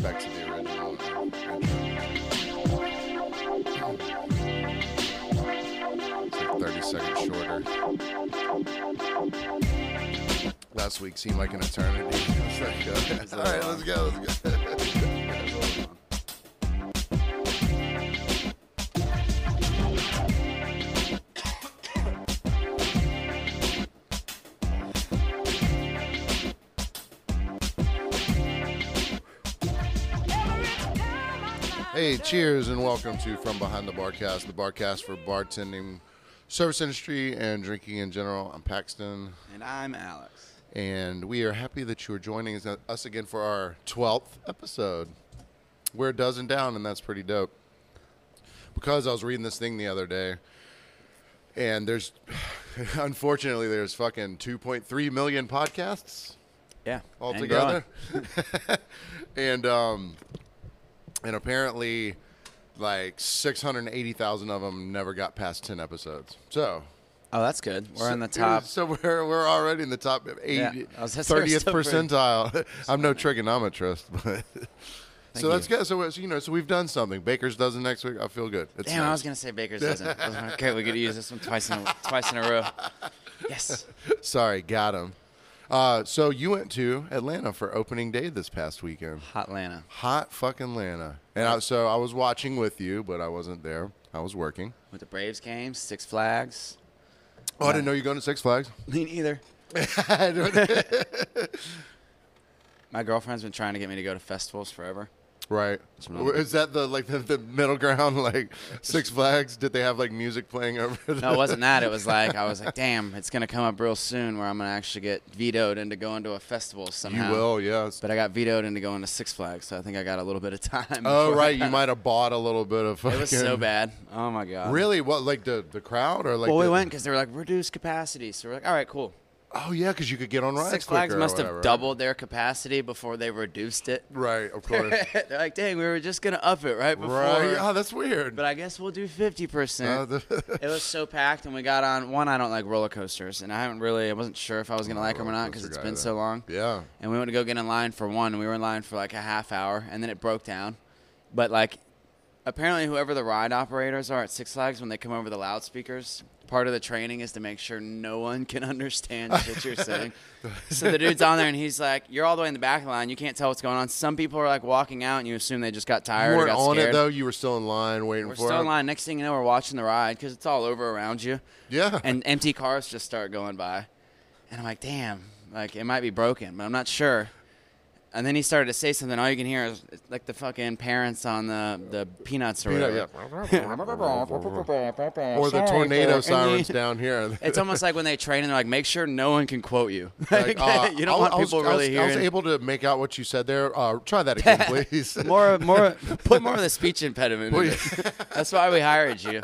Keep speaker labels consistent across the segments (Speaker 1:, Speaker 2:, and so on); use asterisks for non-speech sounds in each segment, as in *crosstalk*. Speaker 1: back to the original. It's like 30 seconds shorter. Last week seemed like an eternity. *laughs* It's like, uh,
Speaker 2: It's
Speaker 1: all right, let's go, let's go. Hey, cheers and welcome to From Behind the Barcast, the barcast for bartending, service industry, and drinking in general. I'm Paxton,
Speaker 2: And I'm Alex.
Speaker 1: and we are happy that you are joining us- us again for our 12th episode. We're a dozen down, and that's pretty dope. Because I was reading this thing the other day, and there's, *sighs* unfortunately, there's fucking 2.3 million podcasts
Speaker 2: Yeah.
Speaker 1: all
Speaker 2: and
Speaker 1: together. *laughs* and um, and apparently, like six hundred eighty thousand of them never got past ten episodes. So
Speaker 2: growing. Oh, that's good. We're
Speaker 1: so-
Speaker 2: on the top.
Speaker 1: So we're we're already in the top
Speaker 2: Yeah,
Speaker 1: eighty
Speaker 2: I was just-
Speaker 1: thirtieth
Speaker 2: so pretty.
Speaker 1: percentile. *laughs* I'm no trigonometrist, *laughs* but. So
Speaker 2: you.
Speaker 1: that's good. So it's- you know, so we've done something. Baker's does it next week. I feel good. It's
Speaker 2: Damn, I
Speaker 1: nice.
Speaker 2: was gonna
Speaker 1: *laughs*
Speaker 2: say Baker's doesn't. I was like, okay, we could use this one twice in a, twice in a row. Yes.
Speaker 1: *laughs* Sorry, got him. Uh, so you went to Atlanta for opening day this past weekend.
Speaker 2: Hot Lana.
Speaker 1: Hot fucking Lana. And I, so I was watching with you, but I wasn't there. I was working.
Speaker 2: With the Braves game, Six Flags.
Speaker 1: Oh, I didn't know you were going to Six Flags. *laughs*
Speaker 2: Me neither.
Speaker 1: right.
Speaker 2: My girlfriend's been trying to get me to go to festivals forever.
Speaker 1: Or Is that the like the, the middle ground? *laughs* Like Six Flags? Did they have like music playing over? The,
Speaker 2: No, it wasn't that. It was like I was like, damn, it's gonna come up real soon where I'm gonna actually get vetoed into going to a festival
Speaker 1: *laughs* You
Speaker 2: somehow.
Speaker 1: will, yes.
Speaker 2: But I got vetoed into going to Six Flags, so I think I got a little bit of time.
Speaker 1: *laughs* Oh,
Speaker 2: before I
Speaker 1: right.
Speaker 2: *laughs*
Speaker 1: You
Speaker 2: got-
Speaker 1: might have bought a little bit of. Fucking,
Speaker 2: *laughs* It was so bad. Oh my god.
Speaker 1: Really? What? Like the the crowd or like?
Speaker 2: well, we
Speaker 1: the-
Speaker 2: went because they were like reduced capacity, so we're like, all right, cool.
Speaker 1: Oh yeah, because you could get on rides.
Speaker 2: Six Flags
Speaker 1: quicker or
Speaker 2: must
Speaker 1: whatever.
Speaker 2: have doubled their capacity before they reduced it. *laughs*
Speaker 1: Right, of course.
Speaker 2: They're like, dang, we were just gonna up it right before,
Speaker 1: right. Oh, that's weird.
Speaker 2: but I guess we'll do
Speaker 1: *laughs*
Speaker 2: fifty
Speaker 1: Uh,
Speaker 2: percent.
Speaker 1: the-
Speaker 2: It was so packed, and we got on one. I don't like roller coasters, and I haven't really. I wasn't sure if I was gonna
Speaker 1: not a
Speaker 2: like them or
Speaker 1: roller *laughs*
Speaker 2: not because
Speaker 1: coaster
Speaker 2: it's
Speaker 1: guy,
Speaker 2: been
Speaker 1: though.
Speaker 2: so long.
Speaker 1: yeah.
Speaker 2: and we went to go get in line for one. And we were in line for like a half hour, and then it broke down. But like, apparently, whoever the ride operators are at Six Flags, when they come over the loudspeakers, part of the training is to make sure no one can *laughs* understand shit you're saying. so the dude's on there, and he's like, "You're all the way in the back of the line. You can't tell what's going on." Some people are like walking out, and you assume they just got tired
Speaker 1: You
Speaker 2: or
Speaker 1: weren't
Speaker 2: got
Speaker 1: on
Speaker 2: scared.
Speaker 1: it though. You were still in line waiting
Speaker 2: We're
Speaker 1: for
Speaker 2: still
Speaker 1: it.
Speaker 2: in line. Next thing you know, we're watching the ride because it's all over around you *laughs*
Speaker 1: Yeah. *laughs*
Speaker 2: and empty cars just start going by. And I'm like, damn, like it might be broken, but I'm not sure. And then he started to say something. All you can hear is it's like the fucking parents on the, the peanuts or whatever.
Speaker 1: Yeah, yeah. or the tornado sirens down
Speaker 2: *laughs*
Speaker 1: here.
Speaker 2: It's almost like when they train and they're like, make sure no one can quote you. *laughs*
Speaker 1: Like, uh,
Speaker 2: you
Speaker 1: I was-
Speaker 2: don't want
Speaker 1: I was-
Speaker 2: people
Speaker 1: I was,
Speaker 2: really
Speaker 1: I
Speaker 2: hearing.
Speaker 1: was able to make out what you said there. Uh, try that
Speaker 2: *laughs*
Speaker 1: again, please.
Speaker 2: more, more, put more of the speech impediment. in
Speaker 1: Well,
Speaker 2: it. *laughs* That's why we hired you.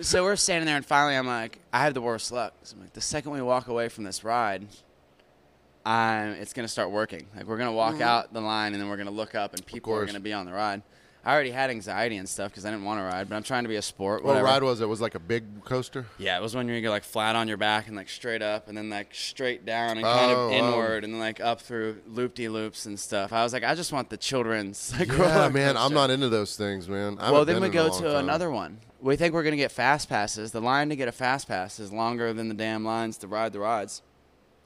Speaker 2: So we're standing there, and finally, I'm like, I have the worst luck. So I'm like, the second we walk away from this ride, I'm, it's gonna start working. Like we're gonna walk out the line, and then we're gonna look up, and people are
Speaker 1: course.
Speaker 2: gonna be on the ride. I already had anxiety and stuff because I didn't want to ride, but I'm trying to be a sport.
Speaker 1: what
Speaker 2: whatever.
Speaker 1: ride was it? Was it like a big coaster?
Speaker 2: Yeah, it was when you go like flat on your back and like straight up and then like straight down and kind
Speaker 1: Oh,
Speaker 2: of
Speaker 1: wow.
Speaker 2: inward and then like up through loop de loops and stuff. I was like, I just want the children's
Speaker 1: *laughs*
Speaker 2: *laughs* like
Speaker 1: Yeah,
Speaker 2: roller
Speaker 1: Oh, man, I'm
Speaker 2: coaster.
Speaker 1: not into those things, man. I
Speaker 2: Well,
Speaker 1: haven't
Speaker 2: then
Speaker 1: been
Speaker 2: we
Speaker 1: in a
Speaker 2: go
Speaker 1: long
Speaker 2: to
Speaker 1: time.
Speaker 2: another one. We think we're gonna get fast passes. The line to get a fast pass is longer than the damn lines to ride the rides.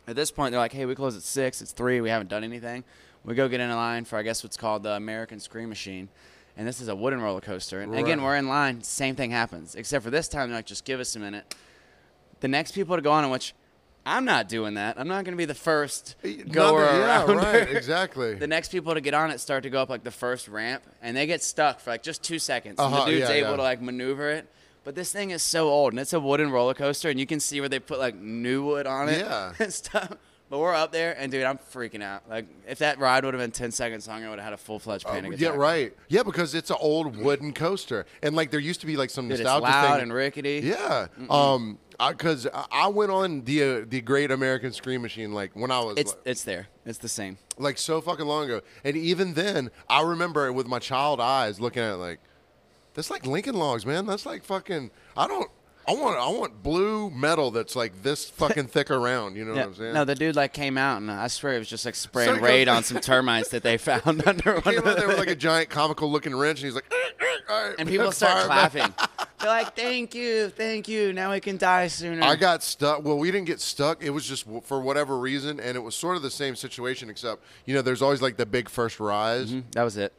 Speaker 2: At this point, they're like, "Hey, we close at six. It's three. We haven't done anything." We go get in a line for I guess what's called the American Scream Machine, and this is a wooden roller coaster. And again,
Speaker 1: Right.
Speaker 2: we're in line. Same thing happens, except for this time they're like, "Just give us a minute." The next people to go on, which I'm not doing that. I'm not gonna be the first
Speaker 1: *laughs* Another-
Speaker 2: goer
Speaker 1: yeah,
Speaker 2: *laughs* around.
Speaker 1: right, exactly.
Speaker 2: the next people to get on it start to go up like the first ramp and they get stuck for like just two seconds and
Speaker 1: Uh-huh,
Speaker 2: the dude's
Speaker 1: yeah,
Speaker 2: able
Speaker 1: yeah.
Speaker 2: to like maneuver it but this thing is so old and it's a wooden roller coaster and you can see where they put like new wood on it
Speaker 1: Yeah.
Speaker 2: *laughs* and stuff but we're up there and dude i'm freaking out like if that ride would have been 10 seconds long i would have had a full-fledged panic
Speaker 1: Oh, yeah,
Speaker 2: attack
Speaker 1: right. Yeah, because it's an old wooden coaster, and like there used to be like some
Speaker 2: dude, it's
Speaker 1: nostalgia
Speaker 2: loud
Speaker 1: thing.
Speaker 2: and rickety
Speaker 1: yeah, um, because I, I went on the uh, the Great American Scream Machine like when I was
Speaker 2: it's
Speaker 1: like-
Speaker 2: it's there it's the same
Speaker 1: like so fucking long ago. And even then, I remember it with my child eyes looking at it like, that's like Lincoln Logs, man. That's like fucking. I don't. I want I want blue metal that's like this fucking thick around. You know what I'm saying?
Speaker 2: No, the dude like came out and I swear it was just like
Speaker 1: So
Speaker 2: spraying
Speaker 1: he goes- *laughs*
Speaker 2: raid on some termites that they found *laughs* under one
Speaker 1: He
Speaker 2: of
Speaker 1: came out there
Speaker 2: the,
Speaker 1: with
Speaker 2: *laughs*
Speaker 1: like a giant comical looking wrench, and he's like, "Eh, eh, all right,
Speaker 2: and people
Speaker 1: *laughs* fire
Speaker 2: start
Speaker 1: it back."
Speaker 2: clapping. They're like, "Thank you, thank you. Now we can die sooner."
Speaker 1: I got stuck. Well, we didn't get stuck. It was just w- for whatever reason, and it was sort of the same situation, except you know, there's always like the big first rise.
Speaker 2: that was it.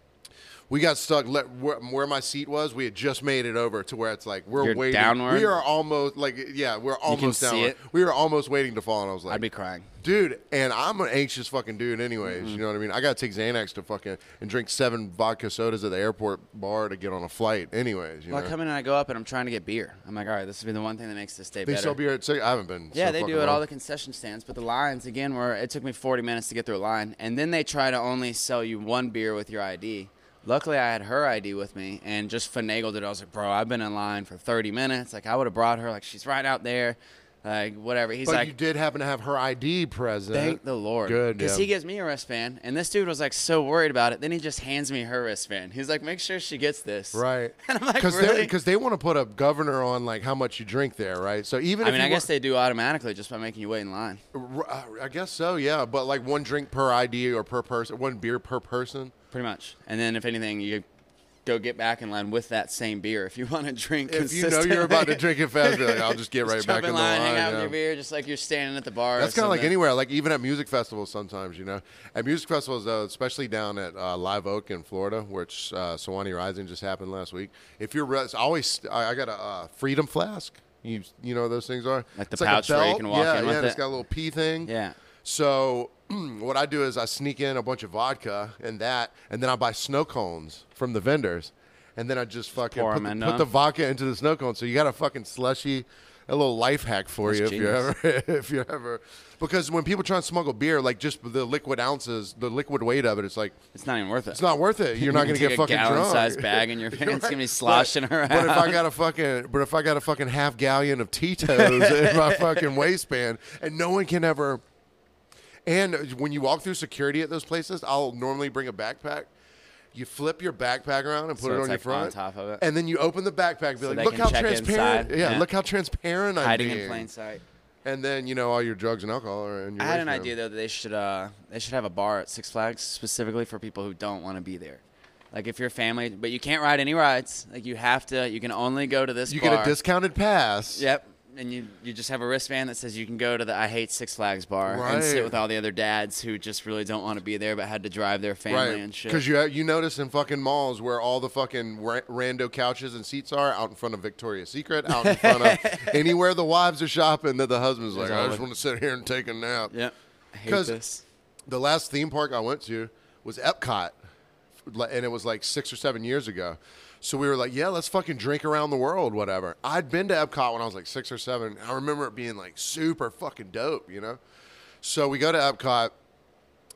Speaker 1: We got stuck le- where, where my seat was. We had just made it over to where it's like we're
Speaker 2: You're
Speaker 1: waiting.
Speaker 2: downward?
Speaker 1: We are almost like yeah, we're almost
Speaker 2: see
Speaker 1: down.
Speaker 2: it?
Speaker 1: We were almost waiting to fall, and I was like,
Speaker 2: I'd be Mm-hmm. crying.
Speaker 1: dude. And I'm an anxious fucking dude, anyways. You know what I mean? I gotta take Xanax to fucking and drink seven vodka sodas at the airport bar to get on a flight, anyways. You
Speaker 2: Well,
Speaker 1: know?
Speaker 2: I come in and I go up and I'm trying to get beer. I'm like, all right, this would be the one thing that makes this day
Speaker 1: they
Speaker 2: better.
Speaker 1: sell beer at. Six. I haven't been.
Speaker 2: Yeah,
Speaker 1: so
Speaker 2: they
Speaker 1: fucking
Speaker 2: do at all
Speaker 1: long.
Speaker 2: the concession stands, but the lines again were it took me 40 minutes to get through a line, and then they try to only sell you one beer with your ID. Luckily, I had her ID with me and just finagled it. I was like, "Bro, I've been in line for 30 minutes. Like, I would have brought her. Like, she's right out there. Like, whatever." He's
Speaker 1: But
Speaker 2: like,
Speaker 1: you did happen to have her ID present.
Speaker 2: Thank the Lord.
Speaker 1: Good,
Speaker 2: Because
Speaker 1: yeah.
Speaker 2: he gives me a wristband, and this dude was like so worried about it. Then he just hands me her wristband. He's like, make sure she gets this. *laughs*
Speaker 1: Right.
Speaker 2: And I'm like,
Speaker 1: they
Speaker 2: really?
Speaker 1: because they want to put a governor on like how much you drink there, right? So even
Speaker 2: I
Speaker 1: if
Speaker 2: mean,
Speaker 1: you
Speaker 2: I guess
Speaker 1: wa-
Speaker 2: they do automatically just by making you wait in line.
Speaker 1: R- uh, I guess so, yeah. But like one drink per ID or per person, one beer per person.
Speaker 2: Pretty much. And then if anything, you go get back in line with that same beer if you want to drink.
Speaker 1: If you know you're about to drink it fast, be like, I'll just get right
Speaker 2: *laughs* Just
Speaker 1: back
Speaker 2: jump
Speaker 1: in
Speaker 2: in
Speaker 1: the
Speaker 2: line,
Speaker 1: line.
Speaker 2: hang out with
Speaker 1: yeah.
Speaker 2: your beer, just like you're standing at the bar. or
Speaker 1: That's kind of like
Speaker 2: something.
Speaker 1: anywhere, like even at music festivals sometimes, you know. At music festivals, though, especially down at uh, Live Oak in Florida, which uh, Sewanee Rising just happened last week. If you're, res- I always, I, I got a uh, freedom flask. You you know what those things are
Speaker 2: Like the
Speaker 1: It's
Speaker 2: pouch
Speaker 1: a
Speaker 2: where you
Speaker 1: belt.
Speaker 2: can walk
Speaker 1: yeah,
Speaker 2: in
Speaker 1: yeah,
Speaker 2: with
Speaker 1: and It's
Speaker 2: it.
Speaker 1: got a little pea thing.
Speaker 2: Yeah.
Speaker 1: So *clears throat* what I do is I sneak in a bunch of vodka and that, and then I buy snow cones from the vendors, and then I just fucking
Speaker 2: pour
Speaker 1: put,
Speaker 2: 'em in
Speaker 1: the, put
Speaker 2: them.
Speaker 1: the vodka into the snow cone. So you got a fucking slushy, a little life hack for you
Speaker 2: That's
Speaker 1: if you're ever *laughs* if you're ever because when people try and smuggle beer, like just the liquid ounces, the liquid weight of it, it's like
Speaker 2: It's not even worth it.
Speaker 1: it's not worth it. You're
Speaker 2: *laughs*
Speaker 1: not going to
Speaker 2: take
Speaker 1: get
Speaker 2: a
Speaker 1: fucking drunk.
Speaker 2: gallon-sized
Speaker 1: *laughs*
Speaker 2: bag in your
Speaker 1: You're
Speaker 2: pants, it's gonna be
Speaker 1: But-
Speaker 2: sloshing around.
Speaker 1: But if
Speaker 2: *laughs*
Speaker 1: I got a fucking, but if I got a fucking half gallon of Tito's in
Speaker 2: *laughs*
Speaker 1: my fucking waistband, and no one can ever. And when you walk through security at those places, I'll normally bring a backpack. You flip your backpack around and put
Speaker 2: So
Speaker 1: it on
Speaker 2: it's,
Speaker 1: your
Speaker 2: like,
Speaker 1: front,
Speaker 2: on top of it.
Speaker 1: and then you open the backpack, and be
Speaker 2: they
Speaker 1: like, "Look
Speaker 2: can
Speaker 1: how
Speaker 2: check
Speaker 1: transparent!
Speaker 2: inside.
Speaker 1: Yeah,
Speaker 2: Yeah.
Speaker 1: look how transparent I'm
Speaker 2: hiding
Speaker 1: being."
Speaker 2: in plain sight.
Speaker 1: And then you know all your drugs and alcohol are in your.
Speaker 2: I had an
Speaker 1: waistband.
Speaker 2: idea though that they should uh, they should have a bar at Six Flags specifically for people who don't want to be there. Like if your family, but you can't ride any rides. Like you have to, you can only go to this.
Speaker 1: You
Speaker 2: bar.
Speaker 1: get a discounted pass.
Speaker 2: Yep. And you, you just have a wristband that says you can go to the I Hate Six Flags bar and
Speaker 1: Right.
Speaker 2: sit with all the other dads who just really don't want to be there but had to drive their family and shit.
Speaker 1: Because you you notice in fucking malls where all the fucking ra- rando couches and seats are out in front of Victoria's Secret, out in front
Speaker 2: *laughs*
Speaker 1: of anywhere the wives are shopping that the husband's like,
Speaker 2: There's all
Speaker 1: I just
Speaker 2: the-
Speaker 1: want to sit here and take a nap.
Speaker 2: yep. I hate
Speaker 1: 'Cause-
Speaker 2: this. *laughs*
Speaker 1: The last theme park I went to was Epcot, li- and it was like six or seven years ago. So we were like, yeah, let's fucking drink around the world, whatever. I'd been to Epcot when I was like six or seven. I remember it being like super fucking dope, you know? So we go to Epcot.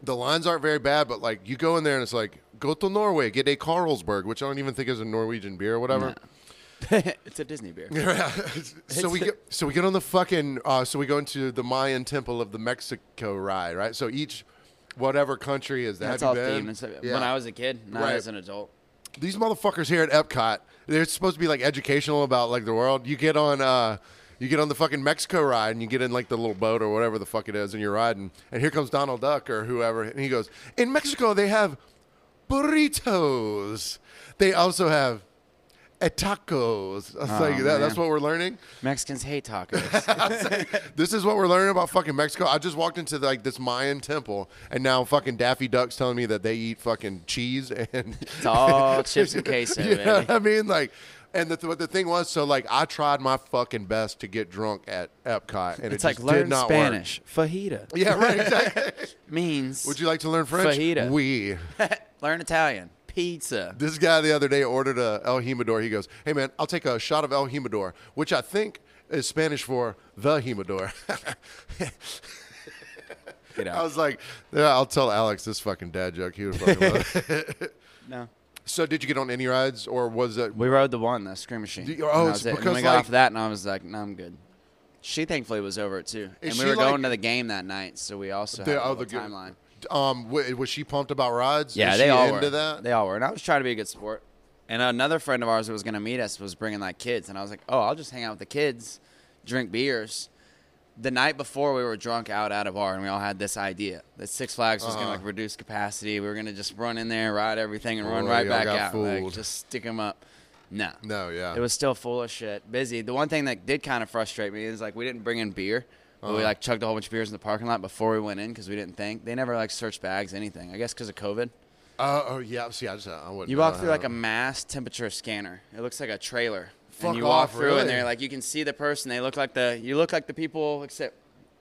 Speaker 1: The lines aren't very bad, but like you go in there and it's like, go to Norway, get a Carlsberg, which I don't even think is a Norwegian beer or whatever.
Speaker 2: it's a Disney beer.
Speaker 1: so we get so we get on the fucking uh, so we go into the Mayan temple of the Mexico ride, right? So each whatever country is that
Speaker 2: That's
Speaker 1: you
Speaker 2: all
Speaker 1: been?
Speaker 2: themed. and stuff.
Speaker 1: Yeah.
Speaker 2: When I was a kid, not
Speaker 1: Right.
Speaker 2: as an adult.
Speaker 1: these motherfuckers here at Epcot, they're supposed to be like educational about like the world. You get on uh you get on the fucking Mexico ride and you get in like the little boat or whatever the fuck it is and you're riding and here comes Donald Duck or whoever and he goes, "In Mexico they have burritos. They also have eh, tacos." *laughs* I was like, that,
Speaker 2: Oh, man.
Speaker 1: that's what we're learning.
Speaker 2: Mexicans hate tacos.
Speaker 1: *laughs* This is what we're learning about fucking Mexico. I just walked into like this Mayan temple, and now fucking Daffy Duck's telling me that they eat fucking cheese and *laughs*
Speaker 2: it's all chips and queso,
Speaker 1: you know
Speaker 2: baby.
Speaker 1: what I mean, like. And the, th- the thing was, so like I tried my fucking best to get drunk at Epcot, and
Speaker 2: It's
Speaker 1: it
Speaker 2: like
Speaker 1: just did
Speaker 2: learn
Speaker 1: not
Speaker 2: Spanish. Fajita
Speaker 1: work. *laughs* Yeah, right.
Speaker 2: *laughs*
Speaker 1: Exactly.
Speaker 2: means
Speaker 1: Would you like to learn French?
Speaker 2: Fajita.
Speaker 1: We.
Speaker 2: learn Italian. Pizza.
Speaker 1: This guy the other day ordered a El Himador. He goes, "Hey man, I'll take a shot of El Himador," which I think is Spanish for the *laughs* Himador.
Speaker 2: Get
Speaker 1: I
Speaker 2: out.
Speaker 1: was like, yeah, I'll tell Alex this fucking dad joke. He would fucking love it.
Speaker 2: No.
Speaker 1: *laughs* So, did you get on any rides, or was it?
Speaker 2: We rode the one, the scream machine.
Speaker 1: Do you-
Speaker 2: And
Speaker 1: oh,
Speaker 2: that
Speaker 1: it's
Speaker 2: was it. And
Speaker 1: because,
Speaker 2: we got
Speaker 1: like-
Speaker 2: off of that, and I was like, "No, I'm good." She thankfully was over it too,
Speaker 1: Is
Speaker 2: and we
Speaker 1: she,
Speaker 2: were
Speaker 1: like-
Speaker 2: going to the game that night, so we also had
Speaker 1: The,
Speaker 2: a
Speaker 1: oh, the
Speaker 2: little
Speaker 1: good-
Speaker 2: timeline.
Speaker 1: Um, w- was she pumped about rides?
Speaker 2: Yeah,
Speaker 1: Was
Speaker 2: they
Speaker 1: she
Speaker 2: all
Speaker 1: into
Speaker 2: were.
Speaker 1: that.
Speaker 2: They all were, and I was trying to be a good sport. And another friend of ours that was going to meet us was bringing like kids, and I was like, "Oh, I'll just hang out with the kids, drink beers." The night before, we were drunk out at a bar, and we all had this idea that Six Flags was going
Speaker 1: Uh-huh.
Speaker 2: to like reduce capacity. We were going to just run in there, ride everything, and run
Speaker 1: Oh,
Speaker 2: right
Speaker 1: y'all
Speaker 2: back
Speaker 1: got
Speaker 2: out, like
Speaker 1: fooled.
Speaker 2: just stick them up. No,
Speaker 1: No, yeah.
Speaker 2: it was still full of shit, busy. The one thing that did kind of frustrate me is like we didn't bring in beer. But we
Speaker 1: Uh-huh.
Speaker 2: like chugged a whole bunch of beers in the parking lot before we went in because we didn't think they never like searched bags anything. I guess because of COVID.
Speaker 1: Uh, oh yeah. See, I just I wouldn't.
Speaker 2: You walk through like a mass temperature scanner. It looks like a trailer.
Speaker 1: Fuck
Speaker 2: and you walk
Speaker 1: off,
Speaker 2: through and
Speaker 1: really?
Speaker 2: they're like you can see the person. They look like the you look like the people except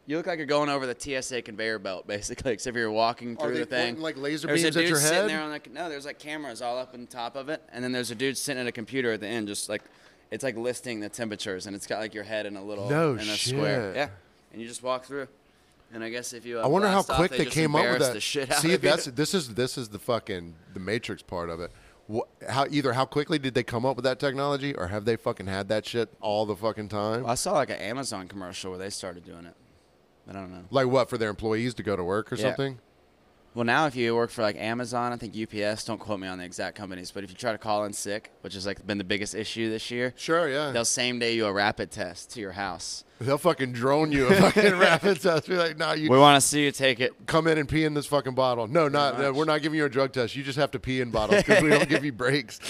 Speaker 2: you look like you're going over the TSA conveyor belt *laughs* basically except you're walking through
Speaker 1: Are they
Speaker 2: the thing.
Speaker 1: pointing, like laser
Speaker 2: there's
Speaker 1: beams
Speaker 2: a
Speaker 1: at
Speaker 2: dude
Speaker 1: your
Speaker 2: sitting
Speaker 1: head?
Speaker 2: there on like no, there's like cameras all up on top of it and then there's a dude sitting at a computer at the end just like it's like listing the temperatures and it's got like your head in a little
Speaker 1: No
Speaker 2: in a square.
Speaker 1: shit.
Speaker 2: Yeah. And you just walk through. And I guess if you uh,
Speaker 1: I wonder how
Speaker 2: blast off,
Speaker 1: quick they,
Speaker 2: just
Speaker 1: came up with
Speaker 2: embarrass
Speaker 1: that.
Speaker 2: The shit out
Speaker 1: See,
Speaker 2: of you.
Speaker 1: that's this is this is the fucking the Matrix part of it. What, how either how quickly did they come up with that technology, or have they fucking had that shit all the fucking time?
Speaker 2: I saw like an Amazon commercial where they started doing it. I don't know.
Speaker 1: Like what for their employees to go to work or
Speaker 2: Yeah.
Speaker 1: something?
Speaker 2: Well, now if you work for like Amazon, I think UPS, don't quote me on the exact companies, but if you try to call in sick, which has like been the biggest issue this year,
Speaker 1: Sure, yeah.
Speaker 2: they'll
Speaker 1: They'll,
Speaker 2: same day you a rapid test to your house.
Speaker 1: fucking drone you a
Speaker 2: *laughs*
Speaker 1: fucking rapid test. Be like, nah, you
Speaker 2: We want to see you take it.
Speaker 1: *laughs* come in and pee in this fucking bottle. No, not
Speaker 2: much.
Speaker 1: no, we're not giving you a drug test. You just have to pee in bottles because we don't give you
Speaker 2: *laughs*
Speaker 1: breaks.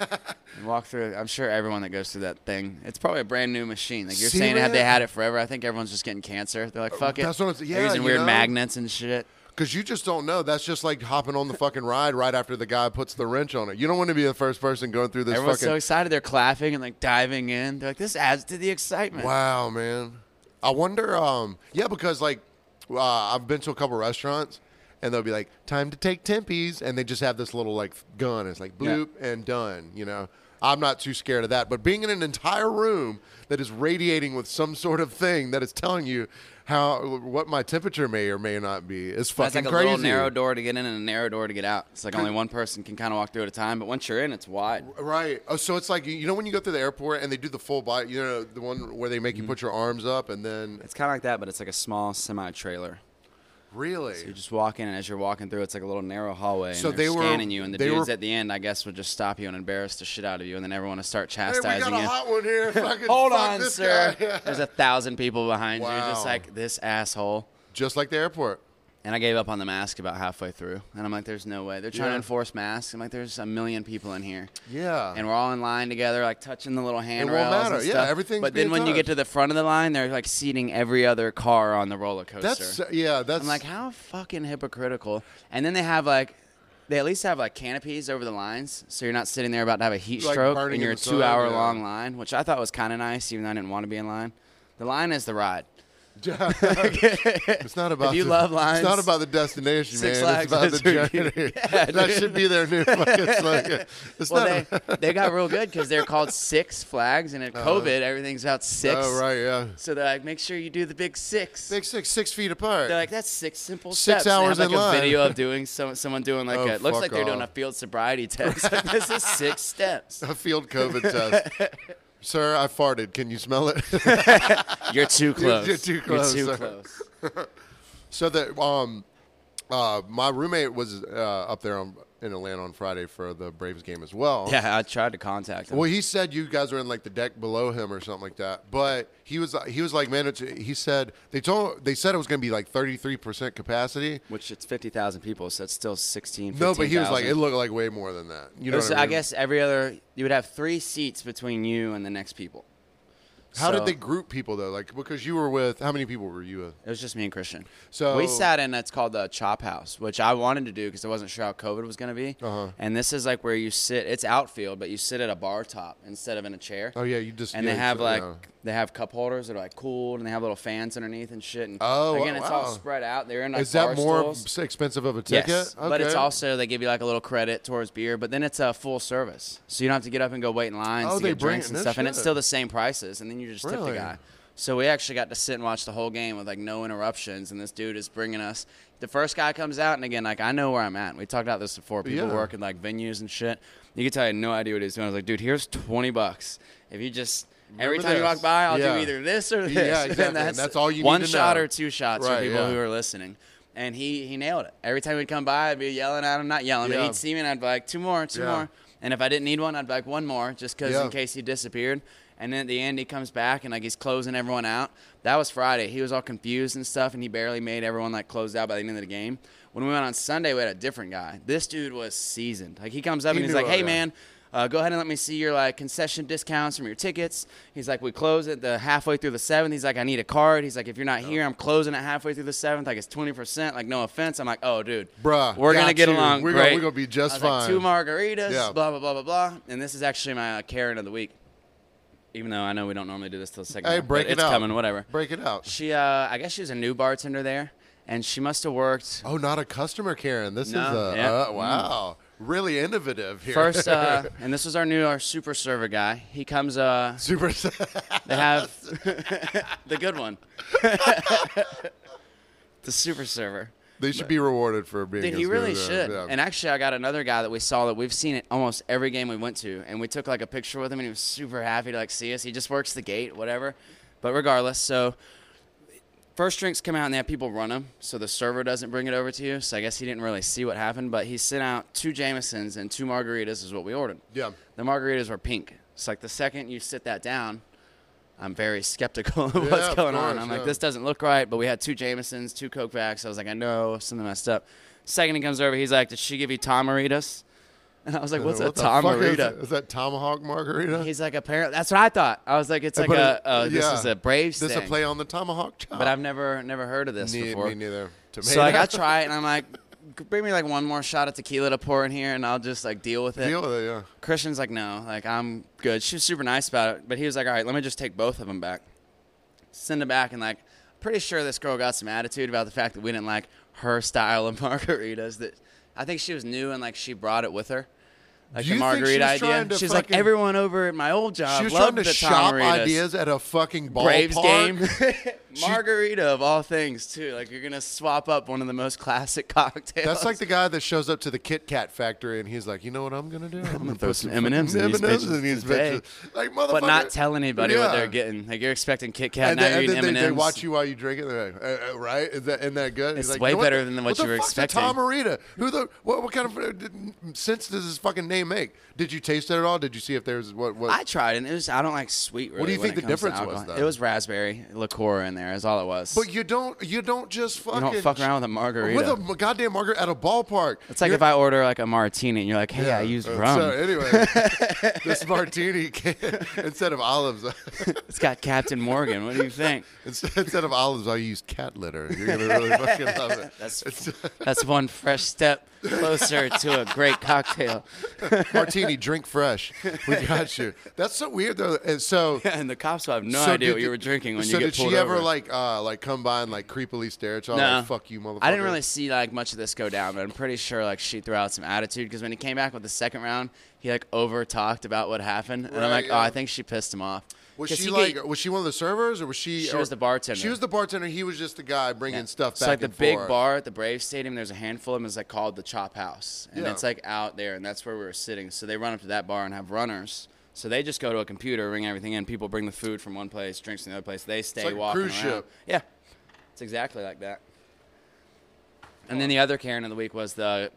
Speaker 2: And walk through. I'm sure everyone that goes through that thing, it's probably a brand new machine. Like you're
Speaker 1: See,
Speaker 2: saying, had
Speaker 1: man?
Speaker 2: they had it forever, I think everyone's just getting cancer. They're like, fuck it.
Speaker 1: that's what I'm saying.
Speaker 2: They're
Speaker 1: Yeah,
Speaker 2: using
Speaker 1: you
Speaker 2: weird
Speaker 1: know?
Speaker 2: magnets and shit.
Speaker 1: Because you just don't know. That's just like hopping on the fucking ride right after the guy puts the wrench on it. You don't want to be the first person going through this
Speaker 2: Everyone's so
Speaker 1: fucking.
Speaker 2: excited. They're clapping and like diving in. They're like, this adds to the excitement.
Speaker 1: wow, man. I wonder. Um, yeah, because like uh, I've been to a couple restaurants and they'll be like, "Time to take tempies," and they just have this little like gun. It's like bloop and done. You know. I'm not too scared of that, but being in an entire room that is radiating with some sort of thing that is telling you how what my temperature may or may not be is
Speaker 2: That's
Speaker 1: fucking
Speaker 2: like a
Speaker 1: crazy.
Speaker 2: little narrow door to get in and a narrow door to get out. It's like only one person can kind of walk through at a time, but once you're in, it's wide.
Speaker 1: Right. Oh, so it's like you know when you go through the airport and they do the full body, you know the one where they make
Speaker 2: Mm-hmm.
Speaker 1: you put your arms up and then
Speaker 2: It's kind of like that, but it's like a small semi trailer. You
Speaker 1: really.
Speaker 2: just walk in, and as you're walking through, it's like a little narrow hallway. And
Speaker 1: So
Speaker 2: they're
Speaker 1: they were-
Speaker 2: scanning you, and the
Speaker 1: they
Speaker 2: dudes
Speaker 1: were-
Speaker 2: at the end, I guess, would just stop you and embarrass the shit out of you, and then everyone would start
Speaker 1: Hey, we got
Speaker 2: chastising
Speaker 1: a
Speaker 2: you.
Speaker 1: hot one
Speaker 2: *laughs*
Speaker 1: here. Fucking
Speaker 2: Hold
Speaker 1: fuck
Speaker 2: on,
Speaker 1: this
Speaker 2: sir.
Speaker 1: guy. *laughs*
Speaker 2: *laughs* There's a thousand people behind you, just
Speaker 1: Wow.
Speaker 2: like this asshole.
Speaker 1: Just like the airport.
Speaker 2: And I gave up on the mask about halfway through, and I'm like, "There's no way they're trying to
Speaker 1: Yeah.
Speaker 2: enforce masks." I'm like, "There's a million people in here."
Speaker 1: Yeah.
Speaker 2: and we're all in line together, like touching the little handrails.
Speaker 1: matter.
Speaker 2: And
Speaker 1: Yeah,
Speaker 2: stuff.
Speaker 1: everything's
Speaker 2: But then
Speaker 1: being
Speaker 2: when you get
Speaker 1: touched.
Speaker 2: to the front of the line, they're like seating every other car on the roller coaster.
Speaker 1: that's uh, yeah. That's
Speaker 2: I'm like, how fucking hypocritical. And then they have like, they at least have like canopies over the lines, so you're not sitting there about to have a heat
Speaker 1: Like
Speaker 2: stroke
Speaker 1: burning
Speaker 2: in
Speaker 1: in
Speaker 2: your
Speaker 1: the sun,
Speaker 2: two-hour
Speaker 1: yeah.
Speaker 2: long line, which I thought was kind of nice, even though I didn't want to be in line. The line is the ride.
Speaker 1: *laughs* *laughs* it's not about
Speaker 2: you
Speaker 1: the,
Speaker 2: love
Speaker 1: It's
Speaker 2: lines,
Speaker 1: not about the destination,
Speaker 2: Six
Speaker 1: man. It's
Speaker 2: Flags,
Speaker 1: about the
Speaker 2: that's where you-
Speaker 1: journey.
Speaker 2: *laughs*
Speaker 1: *laughs*
Speaker 2: Yeah,
Speaker 1: that
Speaker 2: dude.
Speaker 1: should be their new fucking slogan.
Speaker 2: *laughs*
Speaker 1: It's
Speaker 2: Well,
Speaker 1: not.
Speaker 2: they, they got real good because they're called Six Flags, and at COVID, everything's about six.
Speaker 1: Uh-huh. oh right, yeah.
Speaker 2: So they're like, make sure you do the big six.
Speaker 1: Six six six feet apart.
Speaker 2: They're like, that's six simple
Speaker 1: Six
Speaker 2: steps. and they
Speaker 1: hours
Speaker 2: have,
Speaker 1: in
Speaker 2: like a
Speaker 1: line. *laughs*
Speaker 2: video of doing some, someone doing like
Speaker 1: Oh,
Speaker 2: a, it looks
Speaker 1: fuck
Speaker 2: like they're doing a
Speaker 1: off.
Speaker 2: field sobriety *laughs* test. Like, this is six steps.
Speaker 1: a field COVID test. Sir, I farted. Can you smell it?
Speaker 2: *laughs*
Speaker 1: *laughs*
Speaker 2: You're too close.
Speaker 1: you're too close, *laughs*
Speaker 2: You're too
Speaker 1: sir.
Speaker 2: close.
Speaker 1: So that um, uh, my roommate was uh, up there on, in Atlanta on Friday for the Braves game as well.
Speaker 2: Yeah, I tried to contact him.
Speaker 1: Well, he said you guys were in like the deck below him or something like that. But he was he was like, man, it's, he said they told they said it was going to be like thirty three percent capacity.
Speaker 2: which it's 50,000 people, so it's still 16,
Speaker 1: No, but he was like,
Speaker 2: 15,000.
Speaker 1: it looked like way more than that. You know,
Speaker 2: It was,
Speaker 1: what I,
Speaker 2: I
Speaker 1: mean?
Speaker 2: guess every other, you would have three seats between you and the next people.
Speaker 1: How
Speaker 2: so-
Speaker 1: did they group people though? Like because you were with how many people were you with?
Speaker 2: It was just me and Christian.
Speaker 1: So-
Speaker 2: we sat in. It's called the Chop House, which I wanted to do because I wasn't sure how COVID was going to be.
Speaker 1: Uh-huh.
Speaker 2: And this is like where you sit. It's outfield, but you sit at a bar top instead of in a chair.
Speaker 1: Oh yeah, you just
Speaker 2: and
Speaker 1: yeah,
Speaker 2: they
Speaker 1: you
Speaker 2: have
Speaker 1: said-
Speaker 2: like
Speaker 1: yeah.
Speaker 2: they have cup holders that are like cooled, and they have little fans underneath and shit. And
Speaker 1: Oh,
Speaker 2: again, it's all
Speaker 1: wow.
Speaker 2: spread out. They're in like
Speaker 1: Is that
Speaker 2: bar
Speaker 1: more
Speaker 2: stools.
Speaker 1: expensive of a
Speaker 2: Yes,
Speaker 1: ticket?
Speaker 2: but it's
Speaker 1: Okay.
Speaker 2: also they give you like a little credit towards beer, but then it's a full service, so you don't have to get up and go wait in lines
Speaker 1: Oh,
Speaker 2: to
Speaker 1: they
Speaker 2: get
Speaker 1: bring
Speaker 2: drinks
Speaker 1: it.
Speaker 2: and
Speaker 1: No
Speaker 2: stuff, and it's
Speaker 1: shit.
Speaker 2: still the same prices, and then you just tip
Speaker 1: Really?
Speaker 2: the guy. So we actually got to sit and watch the whole game with like no interruptions, and this dude is bringing us. The first guy comes out, and again, like I know where I'm at. We talked about this before. People
Speaker 1: Yeah.
Speaker 2: work in like venues and shit. You could tell I had no idea what he was doing. I was like, dude, here's twenty bucks if you just. Every
Speaker 1: Remember
Speaker 2: time you
Speaker 1: this.
Speaker 2: walk by, I'll
Speaker 1: Yeah.
Speaker 2: do either this *laughs* or this.
Speaker 1: Yeah, exactly,
Speaker 2: And
Speaker 1: and
Speaker 2: that's,
Speaker 1: that's all you
Speaker 2: One
Speaker 1: need to
Speaker 2: shot
Speaker 1: know.
Speaker 2: or two shots for
Speaker 1: Right,
Speaker 2: people
Speaker 1: yeah.
Speaker 2: who are listening. and he he nailed it. Every time he'd come by, I'd be yelling at him, not yelling, but
Speaker 1: Yeah.
Speaker 2: he'd see me and I'd be like, two more, two
Speaker 1: Yeah.
Speaker 2: more. And if I didn't need one, I'd be like, one more, just because
Speaker 1: Yeah.
Speaker 2: in case he disappeared. And then at the end, he comes back and like he's closing everyone out. That was Friday. He was all confused and stuff, and he barely made everyone like closed out by the end of the game. When we went on Sunday, we had a different guy. This dude was seasoned. Like he comes up
Speaker 1: He
Speaker 2: and he's
Speaker 1: knew
Speaker 2: like,
Speaker 1: it,
Speaker 2: "Hey
Speaker 1: yeah.
Speaker 2: man, uh, go ahead and let me see your like concession discounts from your tickets." He's like, "We close at the halfway through the seventh. He's like, "I need a card." He's like, "If you're not
Speaker 1: Oh.
Speaker 2: here, I'm closing at halfway through the seventh. Like it's twenty percent. Like no offense." I'm like, "Oh dude,
Speaker 1: Bruh,
Speaker 2: we're gonna
Speaker 1: got
Speaker 2: get
Speaker 1: you.
Speaker 2: along
Speaker 1: We're gonna-
Speaker 2: great.
Speaker 1: we're gonna be just
Speaker 2: I was like,
Speaker 1: fine.
Speaker 2: Two margaritas,
Speaker 1: Yeah.
Speaker 2: blah blah blah blah blah." And this is actually my uh, Karen of the week. Even though I know we don't normally do this till the second,
Speaker 1: Hey,
Speaker 2: half, but
Speaker 1: break it
Speaker 2: it's
Speaker 1: out.
Speaker 2: coming, whatever.
Speaker 1: Break it out.
Speaker 2: She, uh, I guess she was a new bartender there, and she must have
Speaker 1: *laughs*
Speaker 2: worked
Speaker 1: Oh, not a customer, Karen. This
Speaker 2: No,
Speaker 1: is a
Speaker 2: yeah. Mm.
Speaker 1: uh, wow, really innovative here.
Speaker 2: first. Uh, and this was our new, our super server guy. He comes.
Speaker 1: *laughs*
Speaker 2: Uh,
Speaker 1: super.
Speaker 2: They have *laughs* the good one. *laughs* the super server.
Speaker 1: they should be rewarded for being.
Speaker 2: Dude,
Speaker 1: as
Speaker 2: he
Speaker 1: good
Speaker 2: really
Speaker 1: as them,
Speaker 2: should.
Speaker 1: yeah.
Speaker 2: And actually, I got another guy that we saw that we've seen at almost every game we went to, and we took like a picture with him, and he was super happy to like see us. He just works the gate, whatever. But regardless, so first drinks come out and they have people run them, so the server doesn't bring it over to you. So I guess he didn't really see what happened, but he sent out two Jamesons and two margaritas is what we ordered.
Speaker 1: Yeah.
Speaker 2: The margaritas were pink. It's like the second you sit that down, I'm very *laughs* skeptical of what's
Speaker 1: of
Speaker 2: going on.
Speaker 1: course,
Speaker 2: I'm
Speaker 1: yeah.
Speaker 2: like, this doesn't look right. But we had two Jamesons, two Coke Vacs. I was like, I know something messed up. Second, he comes over. He's like, did she give you Tomaritas? *laughs* And I was like, what's
Speaker 1: What
Speaker 2: a
Speaker 1: the fuck is
Speaker 2: Tomarita?
Speaker 1: that? Is, that tomahawk margarita?
Speaker 2: He's like, apparently, that's what I thought. I was like, it's like
Speaker 1: But
Speaker 2: a,
Speaker 1: it-
Speaker 2: uh, this
Speaker 1: yeah.
Speaker 2: is a Braves
Speaker 1: This
Speaker 2: thing.
Speaker 1: a play on the tomahawk chop?
Speaker 2: but I've never, never heard of this
Speaker 1: Ne-
Speaker 2: before.
Speaker 1: me neither. Tomato.
Speaker 2: So like, I try it, and I'm like, bring me like one more shot of tequila to pour in here, and I'll just like deal with it.
Speaker 1: deal with it. Yeah.
Speaker 2: Christian's like, no, like I'm good. She was super nice about it, but he was like, all right, let me just take both of them back, send them back, and like, pretty sure this girl got some attitude about the fact that we didn't like her *laughs* style of margaritas. That I think she was new and like she brought it with her, like
Speaker 1: Do
Speaker 2: the
Speaker 1: you think she was
Speaker 2: margarita idea.
Speaker 1: trying to
Speaker 2: She's like,
Speaker 1: fucking-
Speaker 2: everyone over at my old job
Speaker 1: She was
Speaker 2: loved
Speaker 1: trying to
Speaker 2: the
Speaker 1: shop
Speaker 2: Tamaritas."
Speaker 1: ideas at a fucking ballpark.
Speaker 2: Braves game, *laughs* margarita of all things too. Like you're gonna swap up one of the most classic *laughs*
Speaker 1: *laughs*
Speaker 2: cocktails.
Speaker 1: That's like the guy that shows up to the Kit Kat factory and he's like, you know what I'm
Speaker 2: *laughs*
Speaker 1: gonna do? I'm gonna,
Speaker 2: throw
Speaker 1: put
Speaker 2: some M&Ms
Speaker 1: fucking
Speaker 2: in these
Speaker 1: M&Ms
Speaker 2: bitches
Speaker 1: in these
Speaker 2: today."
Speaker 1: bitches. Like motherfucker.
Speaker 2: but not tell anybody what
Speaker 1: Yeah.
Speaker 2: they're getting. Like you're expecting Kit Kat,
Speaker 1: And,
Speaker 2: now
Speaker 1: then,
Speaker 2: you're
Speaker 1: and
Speaker 2: eating
Speaker 1: then they, they
Speaker 2: M&Ms.
Speaker 1: watch you while you drink it. They're like, uh, uh, right? Is that isn't that good? He's
Speaker 2: It's
Speaker 1: like,
Speaker 2: way
Speaker 1: "You know
Speaker 2: better than what
Speaker 1: the
Speaker 2: you were
Speaker 1: fuck's a
Speaker 2: expecting."
Speaker 1: Tamarita? Who the what, what kind of uh, d- sense does this fucking name make? Did you taste it at all? Did you see if there's what what?
Speaker 2: I tried, and it was I don't like sweet. Really
Speaker 1: do you
Speaker 2: when
Speaker 1: think
Speaker 2: it
Speaker 1: the
Speaker 2: comes to
Speaker 1: difference was,
Speaker 2: alcohol.
Speaker 1: though?
Speaker 2: It was raspberry liqueur in there. Is all it was.
Speaker 1: but you don't you don't just
Speaker 2: you
Speaker 1: fucking
Speaker 2: don't fuck around with a margarita.
Speaker 1: with a goddamn margarita at a ballpark.
Speaker 2: it's like if I order like a martini, and you're like, "Hey, I used
Speaker 1: Uh,
Speaker 2: rum.
Speaker 1: So
Speaker 2: *laughs*
Speaker 1: anyway, this martini can, instead of olives, *laughs*
Speaker 2: it's got Captain Morgan. What do you think?"
Speaker 1: instead of olives, I use cat litter. You're gonna really fucking love it.
Speaker 2: *laughs* That's
Speaker 1: It's-
Speaker 2: that's one fresh step closer to a great cocktail. *laughs*
Speaker 1: martini, drink fresh. We got you. That's so weird though. And
Speaker 2: *laughs*
Speaker 1: so.
Speaker 2: and the cops will have no
Speaker 1: so
Speaker 2: idea
Speaker 1: did
Speaker 2: what
Speaker 1: you-
Speaker 2: you were drinking when
Speaker 1: so
Speaker 2: you get
Speaker 1: did
Speaker 2: pulled
Speaker 1: she
Speaker 2: over.
Speaker 1: ever like uh like come by and like creepily stare at y'all
Speaker 2: No.
Speaker 1: like fuck you motherfucker?
Speaker 2: I didn't really see like much of this go down, but I'm pretty sure like she threw out some attitude because when he came back with the second round, he like over talked about what happened, and I'm
Speaker 1: Right,
Speaker 2: like, oh,
Speaker 1: yeah.
Speaker 2: I think she pissed him off.
Speaker 1: Was
Speaker 2: 'Cause
Speaker 1: she
Speaker 2: he
Speaker 1: like
Speaker 2: get-
Speaker 1: was she one of the servers or was she?
Speaker 2: She
Speaker 1: or-
Speaker 2: was the bartender.
Speaker 1: She was the bartender. He was just the guy bringing stuff back.
Speaker 2: It's like the
Speaker 1: and
Speaker 2: big
Speaker 1: forth.
Speaker 2: bar at the Brave Stadium. There's a handful of them. It's like called the Chop House, and
Speaker 1: Yeah.
Speaker 2: it's like out there, and that's where we were sitting. So they run up to that bar and have runners. So they just go to a computer, ring everything in. People bring the food from one place, drinks from the other place. They stay
Speaker 1: like a
Speaker 2: walking
Speaker 1: cruise
Speaker 2: around.
Speaker 1: ship.
Speaker 2: Yeah, it's exactly like that. And then the other Karen of the week was the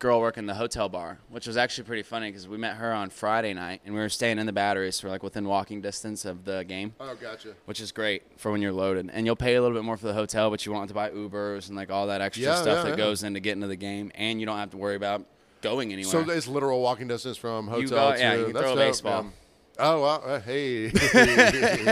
Speaker 2: girl working the hotel bar, which was actually pretty funny because we met her on Friday night, and we were staying in the Battery, so we're like within walking distance of the game
Speaker 1: Oh, gotcha.
Speaker 2: which is great for when you're loaded. And you'll pay a little bit more for the hotel, but you won't have to buy Ubers and like all that extra
Speaker 1: Yeah,
Speaker 2: stuff
Speaker 1: yeah,
Speaker 2: that
Speaker 1: yeah.
Speaker 2: goes into getting to the game, and you don't have to worry about going anywhere.
Speaker 1: So it's literal walking distance from hotel
Speaker 2: You go-
Speaker 1: to
Speaker 2: yeah, you can
Speaker 1: that's
Speaker 2: throw a
Speaker 1: dope,
Speaker 2: baseball.
Speaker 1: man. Oh wow! Uh,
Speaker 2: *laughs*
Speaker 1: hey, *laughs*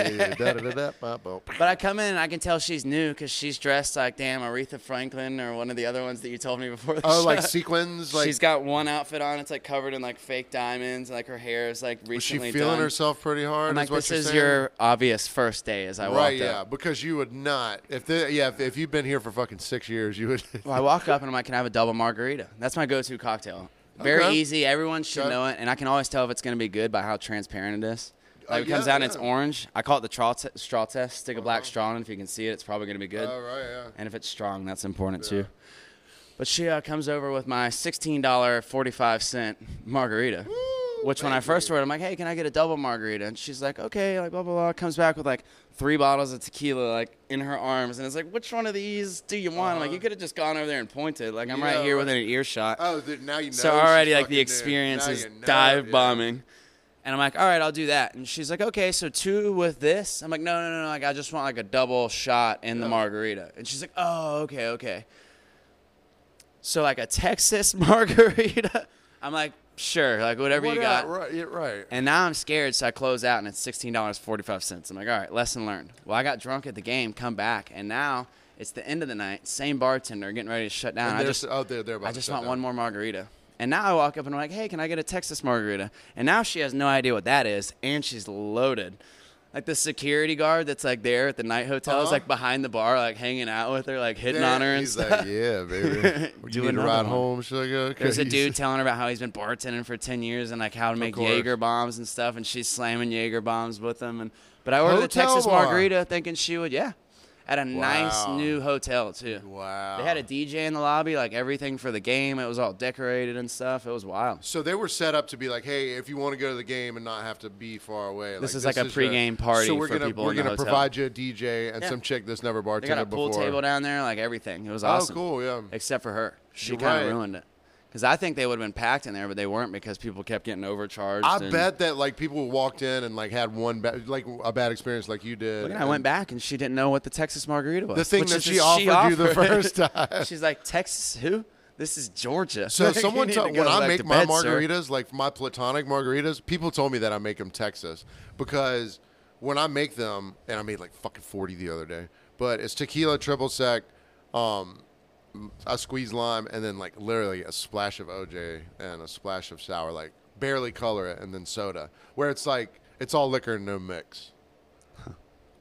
Speaker 1: Da-da-da-da-ba-bo.
Speaker 2: but I come in and I can tell she's new because she's dressed like damn Aretha Franklin or one of the other ones that you told me before. The
Speaker 1: oh,
Speaker 2: show.
Speaker 1: like sequins. Like
Speaker 2: she's got one outfit on. It's like covered in like fake diamonds. and, Like her hair is like
Speaker 1: was she
Speaker 2: recently
Speaker 1: feeling
Speaker 2: done.
Speaker 1: herself pretty hard?
Speaker 2: I'm like
Speaker 1: is what
Speaker 2: this
Speaker 1: you're
Speaker 2: is
Speaker 1: saying?
Speaker 2: your obvious first day as I
Speaker 1: right.
Speaker 2: walked
Speaker 1: Yeah,
Speaker 2: up.
Speaker 1: because you would not. If the, yeah, if, if you've been here for fucking six years, you
Speaker 2: *laughs*
Speaker 1: would. *laughs*
Speaker 2: Well, I walk up and I'm like, "Can I have a double margarita?" That's my go-to cocktail. Very
Speaker 1: Okay.
Speaker 2: easy. Everyone should
Speaker 1: Okay.
Speaker 2: know it, and I can always tell if it's going to be good by how transparent it is.
Speaker 1: Uh,
Speaker 2: Like it comes
Speaker 1: yeah,
Speaker 2: out and it's
Speaker 1: yeah. Uh-huh.
Speaker 2: orange. I call it the straw, te- straw test. Stick a black straw in. it. If you can see it, it's probably going to be good.
Speaker 1: oh right. Yeah.
Speaker 2: And if it's strong, that's important too. But she uh, comes over with my sixteen dollar forty five cent margarita. Which when I
Speaker 1: thank
Speaker 2: first
Speaker 1: you.
Speaker 2: ordered, I'm like, hey, can I get a double margarita? And she's like, okay, like blah blah blah. Comes back with like three bottles of tequila like in her arms, and it's like, which one of these do you want? I'm like,
Speaker 1: Uh-huh.
Speaker 2: you could have just gone over there and pointed. Like I'm right
Speaker 1: Yeah,
Speaker 2: here
Speaker 1: right.
Speaker 2: within an earshot.
Speaker 1: Oh, dude, now you know.
Speaker 2: So
Speaker 1: she's
Speaker 2: already like
Speaker 1: fucking
Speaker 2: the
Speaker 1: there.
Speaker 2: experience
Speaker 1: Now
Speaker 2: is
Speaker 1: you know,
Speaker 2: dive
Speaker 1: dude.
Speaker 2: bombing. And I'm like, all right, I'll do that. And she's like, okay, so two with this. I'm like, no, no, no, no. Like, I just want like a double shot in the
Speaker 1: Yeah.
Speaker 2: margarita. And she's like, oh, okay, okay. So like a Texas *laughs* margarita. I'm like, sure, like whatever
Speaker 1: What
Speaker 2: you
Speaker 1: yeah,
Speaker 2: got.
Speaker 1: Right, yeah, right.
Speaker 2: And now I'm scared, so I close out and it's sixteen dollars forty five cents. I'm like, all right, lesson learned. Well, I got drunk at the game, come back, and now it's the end of the night. Same bartender getting ready to shut down.
Speaker 1: And
Speaker 2: I
Speaker 1: they're
Speaker 2: just
Speaker 1: s- oh, they're, they're about
Speaker 2: I
Speaker 1: to
Speaker 2: just
Speaker 1: shut
Speaker 2: want
Speaker 1: down.
Speaker 2: one more margarita. And now I walk up and I'm like, hey, can I get a Texas margarita? And now she has no idea what that is, and she's loaded. Like the security guard that's like there at the night hotel is
Speaker 1: Uh-huh.
Speaker 2: like behind the bar, like hanging out with her, like hitting
Speaker 1: Yeah,
Speaker 2: on her and
Speaker 1: He's *laughs*
Speaker 2: stuff.
Speaker 1: like, yeah,
Speaker 2: *laughs*
Speaker 1: baby.
Speaker 2: Do
Speaker 1: you need a
Speaker 2: another
Speaker 1: ride
Speaker 2: one.
Speaker 1: home, sugar? Okay,
Speaker 2: There's a
Speaker 1: you
Speaker 2: dude
Speaker 1: should-
Speaker 2: telling her about how he's been bartending for ten years and like how to make
Speaker 1: course.
Speaker 2: Jaeger bombs and stuff, and she's slamming Jaeger bombs with him. And but I ordered the
Speaker 1: Hotel
Speaker 2: Texas
Speaker 1: bar.
Speaker 2: margarita, thinking she would, yeah, at a nice
Speaker 1: Wow.
Speaker 2: new hotel too.
Speaker 1: *laughs* Wow.
Speaker 2: They had a DJ in the lobby, like everything for the game. It was all decorated and stuff. It was wild.
Speaker 1: So they were set up to be like, hey, if you want to go to the game and not have to be far away.
Speaker 2: This is like a pregame party
Speaker 1: So we're
Speaker 2: for
Speaker 1: gonna
Speaker 2: people
Speaker 1: we're
Speaker 2: in the
Speaker 1: gonna
Speaker 2: hotel.
Speaker 1: provide you a DJ and
Speaker 2: Yeah.
Speaker 1: some chick that's never
Speaker 2: They got
Speaker 1: bartended
Speaker 2: a pool
Speaker 1: before.
Speaker 2: table down there, like everything. It was
Speaker 1: oh,
Speaker 2: awesome.
Speaker 1: cool, yeah.
Speaker 2: Except for her, she
Speaker 1: You're
Speaker 2: kind of
Speaker 1: right.
Speaker 2: ruined it. Because I think they would have been packed in there, but they weren't because people kept getting overcharged.
Speaker 1: I
Speaker 2: and-
Speaker 1: bet that like people walked in and like had one bad, like a bad experience like you did.
Speaker 2: And I went back, and she didn't know what the Texas margarita was.
Speaker 1: The thing
Speaker 2: which
Speaker 1: that
Speaker 2: is
Speaker 1: she offered you the
Speaker 2: *laughs*
Speaker 1: first time.
Speaker 2: She's like, Texas who? This is Georgia.
Speaker 1: So
Speaker 2: Like, *laughs* you
Speaker 1: someone
Speaker 2: need
Speaker 1: told
Speaker 2: to go
Speaker 1: when I
Speaker 2: back
Speaker 1: make
Speaker 2: to
Speaker 1: my
Speaker 2: bed, sir.
Speaker 1: margaritas, like my platonic margaritas, people told me that I make them Texas because when I make them, and I made like fucking forty the other day, but it's tequila triple sec, um, I squeeze lime and then like literally a splash of OJ and a splash of sour, like barely color it, and then soda. Where it's like it's all liquor and no mix.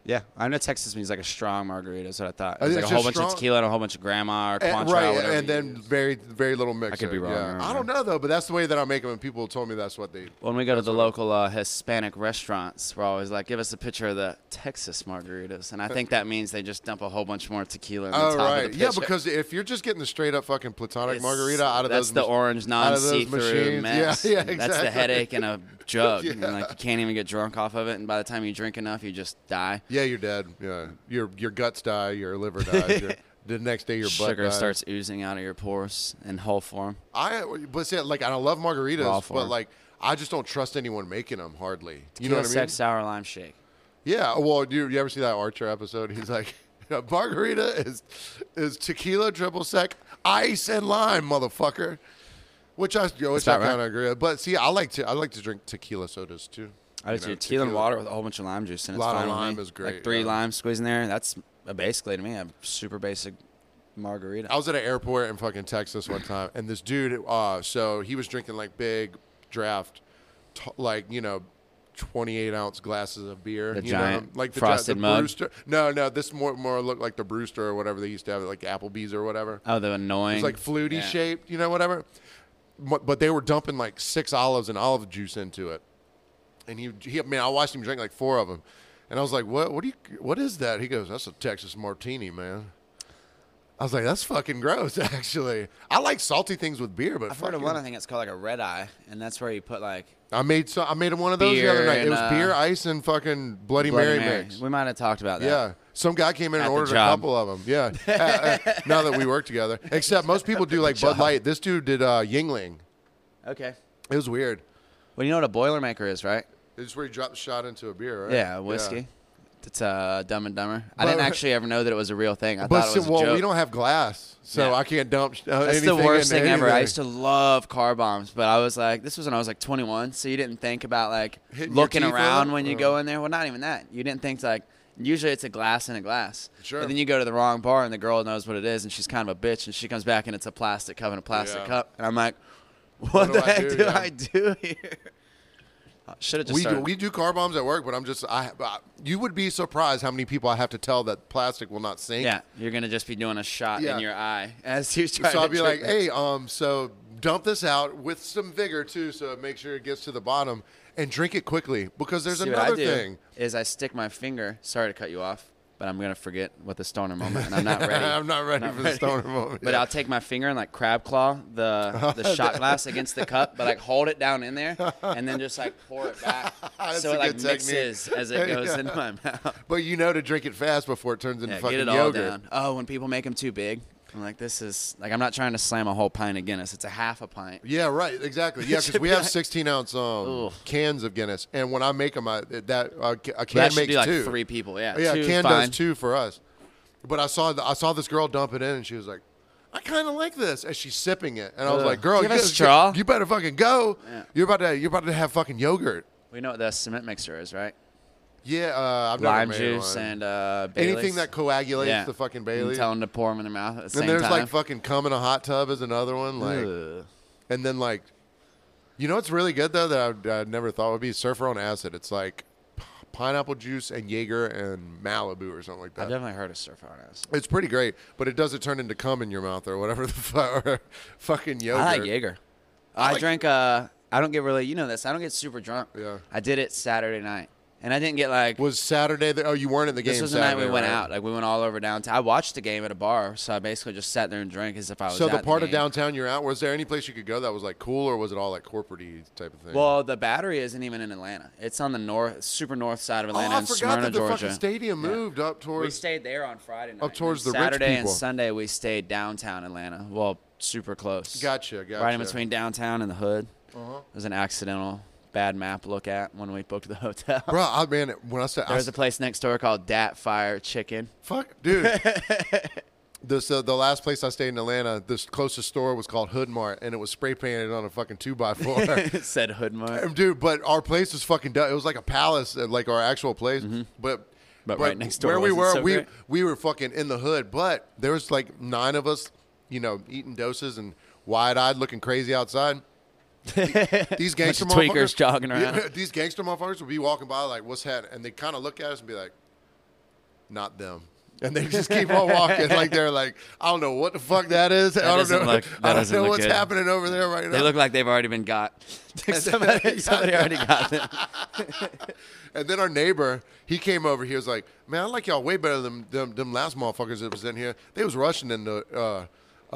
Speaker 2: Yeah, I know Texas means like a strong margarita. Is what I thought. It
Speaker 1: Uh,
Speaker 2: was
Speaker 1: it's
Speaker 2: like a
Speaker 1: just
Speaker 2: whole bunch of
Speaker 1: strong-
Speaker 2: tequila and a whole bunch of grandma or
Speaker 1: And-
Speaker 2: Cointreau.
Speaker 1: Eh, right,
Speaker 2: whatever
Speaker 1: and
Speaker 2: you
Speaker 1: then
Speaker 2: use.
Speaker 1: very very little mix.
Speaker 2: could be
Speaker 1: in it,
Speaker 2: wrong, I
Speaker 1: Yeah.
Speaker 2: don't
Speaker 1: I don't know though, but that's the way that I make them, and people told me that's what they.
Speaker 2: when we go to the local uh, Hispanic restaurants, we're always like, "Give us a picture of the Texas margaritas," and I think that means they just dump a whole bunch more tequila on the
Speaker 1: Oh
Speaker 2: top
Speaker 1: right,
Speaker 2: of the
Speaker 1: yeah.
Speaker 2: picture.
Speaker 1: Because if you're just getting the straight up fucking platonic
Speaker 2: It's-
Speaker 1: margarita out of
Speaker 2: that's
Speaker 1: those,
Speaker 2: the
Speaker 1: mach-
Speaker 2: orange
Speaker 1: out
Speaker 2: non
Speaker 1: of those
Speaker 2: see through
Speaker 1: machines.
Speaker 2: mess.
Speaker 1: Yeah, yeah,
Speaker 2: and That's the
Speaker 1: exactly.
Speaker 2: headache in a
Speaker 1: *laughs*
Speaker 2: jug. and like you can't even get drunk off of it, and by the time you drink enough, you just die.
Speaker 1: yeah, you're dead. Yeah, your your guts die, your liver
Speaker 2: *laughs*
Speaker 1: dies. your, the next day, your butt
Speaker 2: Sugar
Speaker 1: dies.
Speaker 2: starts oozing out of your pores in whole form.
Speaker 1: I but see, like I love
Speaker 2: Raw
Speaker 1: margaritas,
Speaker 2: form.
Speaker 1: but like I just don't trust anyone making them hardly. You
Speaker 2: Tequila
Speaker 1: know what I mean?
Speaker 2: sex sour lime shake.
Speaker 1: Yeah. Well, do you, you ever see that Archer episode? He's like, *laughs* margarita is is tequila, triple sec, ice, and lime, motherfucker. Which I yo, which I
Speaker 2: about right.
Speaker 1: kind of agree. With. But see, I like to I like to drink tequila sodas too.
Speaker 2: I
Speaker 1: You
Speaker 2: just
Speaker 1: know,
Speaker 2: do tequila and water with a whole bunch of lime juice, and it's
Speaker 1: Lot of
Speaker 2: fine with
Speaker 1: lime
Speaker 2: me.
Speaker 1: is great,
Speaker 2: Like three
Speaker 1: yeah.
Speaker 2: lime squeeze in there. That's uh, basically to me a super basic margarita.
Speaker 1: I was at an airport in fucking Texas one time, and this dude, uh, so he was drinking like big draft, t- like you know, twenty-eight ounce glasses of beer,
Speaker 2: The
Speaker 1: you
Speaker 2: giant
Speaker 1: know? like the
Speaker 2: frosted
Speaker 1: the
Speaker 2: mug?
Speaker 1: Brewster. No, no, this more more looked like the Brewster or whatever they used to have, at, like Applebee's or whatever.
Speaker 2: oh, the annoying.
Speaker 1: It's like fluty
Speaker 2: yeah.
Speaker 1: shaped, you know, whatever. But, but they were dumping like six olives and olive juice into it, and he, he, I mean, I watched him drink like four of them, and I was like, what, what do you, what is that? He goes, that's a Texas martini, man. I was like, that's fucking gross. *laughs* Actually, I like salty things with beer, but
Speaker 2: I've heard of
Speaker 1: fucking-
Speaker 2: one. I think it's called like a red eye, and that's where you put like
Speaker 1: I made so I made him one of those
Speaker 2: Beer
Speaker 1: the other night.
Speaker 2: and,
Speaker 1: It was
Speaker 2: uh,
Speaker 1: beer, ice, and fucking Bloody,
Speaker 2: Bloody
Speaker 1: Mary,
Speaker 2: Mary.
Speaker 1: mix.
Speaker 2: We might have talked about that.
Speaker 1: Yeah. Some guy came in
Speaker 2: At
Speaker 1: and
Speaker 2: the
Speaker 1: ordered a
Speaker 2: job.
Speaker 1: couple of them. Yeah. *laughs* Uh, uh, now that we work together. Except most people do like Bud Light. This dude did uh, Yingling.
Speaker 2: Okay.
Speaker 1: It was weird.
Speaker 2: Well, you know what a Boilermaker is, right?
Speaker 1: It's where you drop the shot into a beer, right?
Speaker 2: Yeah, whiskey. It's uh, Dumb and Dumber. I
Speaker 1: But- *laughs*
Speaker 2: didn't actually ever know that it was a real thing. I
Speaker 1: But
Speaker 2: thought it was
Speaker 1: so, well,
Speaker 2: a joke.
Speaker 1: we don't have glass, so
Speaker 2: Yeah.
Speaker 1: I can't dump. Uh,
Speaker 2: That's the
Speaker 1: anything
Speaker 2: worst
Speaker 1: into
Speaker 2: thing ever. I
Speaker 1: anything.
Speaker 2: used to love car bombs, but I was like, this was when I was like 21, so you didn't think about like
Speaker 1: Hitting your
Speaker 2: looking
Speaker 1: teeth
Speaker 2: around
Speaker 1: up?
Speaker 2: when you
Speaker 1: Uh.
Speaker 2: go in there. Well, not even that. You didn't think like usually it's a glass and a glass.
Speaker 1: Sure.
Speaker 2: But then you go to the wrong bar and the girl knows what it is and she's kind of a bitch and she comes back and it's a plastic cup and a plastic
Speaker 1: Yeah.
Speaker 2: cup and I'm like, what,
Speaker 1: do
Speaker 2: the
Speaker 1: I
Speaker 2: heck
Speaker 1: do?
Speaker 2: do,
Speaker 1: Yeah.
Speaker 2: I do *laughs* here? Should have just
Speaker 1: We do,
Speaker 2: started.
Speaker 1: we do car bombs at work, but I'm just I, I. You would be surprised how many people I have to tell that plastic will not sink.
Speaker 2: yeah, you're gonna just be doing a shot
Speaker 1: Yeah.
Speaker 2: in your eye as you try
Speaker 1: So
Speaker 2: to
Speaker 1: I'll be
Speaker 2: drink *laughs*
Speaker 1: like,
Speaker 2: it.
Speaker 1: hey, um, so dump this out with some vigor too, so make sure it gets to the bottom and drink it quickly because there's
Speaker 2: See what I
Speaker 1: another
Speaker 2: do
Speaker 1: thing.
Speaker 2: Is I stick my finger. Sorry to cut you off. but I'm gonna forget what the stoner moment,
Speaker 1: *laughs*
Speaker 2: and I'm not ready.
Speaker 1: I'm not ready for the stoner moment.
Speaker 2: But
Speaker 1: yeah.
Speaker 2: I'll take my finger and like crab claw the
Speaker 1: *laughs*
Speaker 2: the shot glass against the cup, but like hold it down in there, and then just like pour it back,
Speaker 1: *laughs* That's
Speaker 2: so
Speaker 1: a
Speaker 2: it like
Speaker 1: good technique.
Speaker 2: mixes as
Speaker 1: *laughs*
Speaker 2: it goes into my mouth.
Speaker 1: But you know to drink it fast before it turns into
Speaker 2: Yeah,
Speaker 1: fucking
Speaker 2: get it all
Speaker 1: yogurt.
Speaker 2: down. Oh, when people make them too big, I'm like, this is like I'm not trying to slam a whole pint of Guinness. It's a half a pint.
Speaker 1: Yeah, right.
Speaker 2: *laughs*
Speaker 1: Exactly. Yeah, because
Speaker 2: should
Speaker 1: we
Speaker 2: be
Speaker 1: have
Speaker 2: like-
Speaker 1: 16 ounce um,
Speaker 2: Ooh.
Speaker 1: cans of Guinness, and when I make them, I that I ca- I can
Speaker 2: That
Speaker 1: make
Speaker 2: should be like
Speaker 1: two. Oh,
Speaker 2: three people. Yeah,
Speaker 1: yeah,
Speaker 2: two,
Speaker 1: can
Speaker 2: fine.
Speaker 1: does two for us. But I saw the, I saw this girl dump it in, and she was like, "I kind of like this," and she's sipping it, and I was
Speaker 2: Ugh.
Speaker 1: like, "Girl,
Speaker 2: Do
Speaker 1: you,
Speaker 2: you have a
Speaker 1: guys-
Speaker 2: straw?"
Speaker 1: you better fucking go.
Speaker 2: Yeah.
Speaker 1: You're about to you're about to have fucking yogurt.
Speaker 2: We know what the cement mixer is, right?
Speaker 1: Yeah, uh, I've
Speaker 2: Lime
Speaker 1: never made
Speaker 2: juice
Speaker 1: one.
Speaker 2: and uh, Baileys.
Speaker 1: anything that coagulates
Speaker 2: Yeah.
Speaker 1: the fucking
Speaker 2: You can
Speaker 1: Bailey.
Speaker 2: Tell them to pour them in their mouth at the same
Speaker 1: and there's
Speaker 2: time.
Speaker 1: like fucking cum in a hot tub is another one. Like,
Speaker 2: Ugh.
Speaker 1: and then like, you know what's really good though that I, I never thought would be surfer on acid. It's like p- pineapple juice and Jaeger and Malibu or something like
Speaker 2: I've
Speaker 1: that.
Speaker 2: definitely heard of surf on acid.
Speaker 1: It's pretty great, but it doesn't turn into cum in your mouth or whatever *laughs* the fuck. Or fucking yogurt.
Speaker 2: I like Jaeger. I,
Speaker 1: like-
Speaker 2: drank. Uh, I don't get really. You know this. I don't get super drunk.
Speaker 1: Yeah.
Speaker 2: I did it Saturday night, and I didn't get like.
Speaker 1: Was Saturday? The, oh, you weren't at the game.
Speaker 2: this was the
Speaker 1: Saturday,
Speaker 2: night we went
Speaker 1: right?
Speaker 2: out. Like we went all over downtown. I watched the game at a bar, so I basically just sat there and drank as if I was.
Speaker 1: So
Speaker 2: at
Speaker 1: the part of
Speaker 2: game.
Speaker 1: downtown you're out, was there any place you could go that was like cool, or was it all like corporate type of thing?
Speaker 2: Well, the battery isn't even in Atlanta. It's on the north, super north side of
Speaker 1: oh,
Speaker 2: Atlanta,
Speaker 1: I
Speaker 2: in
Speaker 1: forgot
Speaker 2: Smyrna,
Speaker 1: that the
Speaker 2: Georgia.
Speaker 1: fucking stadium moved up
Speaker 2: we
Speaker 1: towards.
Speaker 2: stayed there on Friday night. and
Speaker 1: towards
Speaker 2: then
Speaker 1: the rich
Speaker 2: Saturday and
Speaker 1: people.
Speaker 2: Sunday we stayed downtown Atlanta. Well, super close.
Speaker 1: Gotcha, gotcha.
Speaker 2: Right in between downtown and the hood. It was an accidental bad map look at when we booked the *laughs* hotel.
Speaker 1: Bro, I man, when I said I
Speaker 2: There was a place next door called Dat Fire *laughs* Chicken.
Speaker 1: Fuck, dude. this uh, the last place I stayed in Atlanta. This closest store was called Hood Mart, and it was spray painted on a fucking two by four.
Speaker 2: *laughs* It said Hood Mart.
Speaker 1: Dude, but our place was fucking. du- It was like a palace, uh, like our actual place. But,
Speaker 2: Mm-hmm. But right next door
Speaker 1: where we
Speaker 2: wasn't
Speaker 1: were,
Speaker 2: so
Speaker 1: we
Speaker 2: great.
Speaker 1: we were fucking in the hood. But there was like nine of us, you know, eating doses and wide eyed, looking crazy
Speaker 2: *laughs*
Speaker 1: outside. These gangster
Speaker 2: Bunch of tweakers
Speaker 1: motherfuckers-
Speaker 2: jogging around.
Speaker 1: Yeah, these gangster motherfuckers would be walking by like, "What's happening?" And they kind of look at us and be like, "Not them." And they just keep on walking like they're like, "I don't know what the fuck that is. I don't
Speaker 2: doesn't
Speaker 1: know.
Speaker 2: look- that
Speaker 1: *laughs* I don't
Speaker 2: doesn't
Speaker 1: know
Speaker 2: look
Speaker 1: what's
Speaker 2: good.
Speaker 1: happening over there right now."
Speaker 2: They look like they've already been got. *laughs* somebody, somebody already got them.
Speaker 1: And then our neighbor, he came over. He was like, "Man, I like y'all way better than them, them last motherfuckers that was in here. They was rushing, and the uh,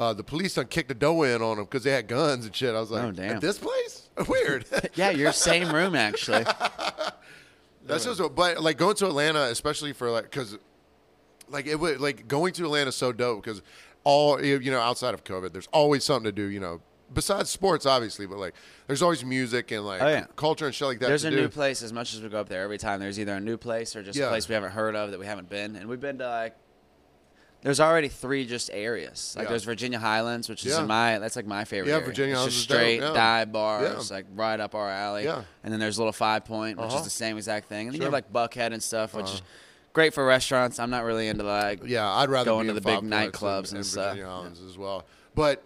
Speaker 1: uh, the police done kicked the door in on them because they had guns and shit." I was like,
Speaker 2: Oh, damn.
Speaker 1: "At this place, *laughs*
Speaker 2: *laughs*
Speaker 1: weird."
Speaker 2: Yeah, your same room actually.
Speaker 1: That's just, what- but like going to Atlanta, especially for like, because like it would like going to Atlanta is so dope because all you you know outside of COVID, there's always something to do. You know, besides sports, obviously, but like there's always music and like
Speaker 2: Oh, yeah.
Speaker 1: culture and shit like that.
Speaker 2: There's
Speaker 1: to
Speaker 2: a
Speaker 1: do.
Speaker 2: new place. As much as we go up there every time, there's either a new place or just
Speaker 1: Yeah.
Speaker 2: a place we haven't heard of that we haven't been. And we've been to like, there's already three just areas. Like
Speaker 1: Yeah.
Speaker 2: there's Virginia Highlands, which is
Speaker 1: Yeah.
Speaker 2: in my that's like my favorite.
Speaker 1: Yeah,
Speaker 2: area.
Speaker 1: Virginia
Speaker 2: It's
Speaker 1: Highlands
Speaker 2: just
Speaker 1: is dope,
Speaker 2: straight
Speaker 1: yeah.
Speaker 2: dive bars,
Speaker 1: Yeah.
Speaker 2: like right up our alley.
Speaker 1: Yeah.
Speaker 2: And then there's Little Five Point, which
Speaker 1: Uh-huh.
Speaker 2: is the same exact thing. And then you
Speaker 1: Sure. Uh-huh.
Speaker 2: have like Buckhead and stuff, which is great for restaurants. I'm not really into like.
Speaker 1: Yeah, I'd rather be
Speaker 2: Going to
Speaker 1: in
Speaker 2: the big
Speaker 1: Five Points
Speaker 2: nightclubs and
Speaker 1: than-
Speaker 2: stuff.
Speaker 1: Virginia Islands as well. But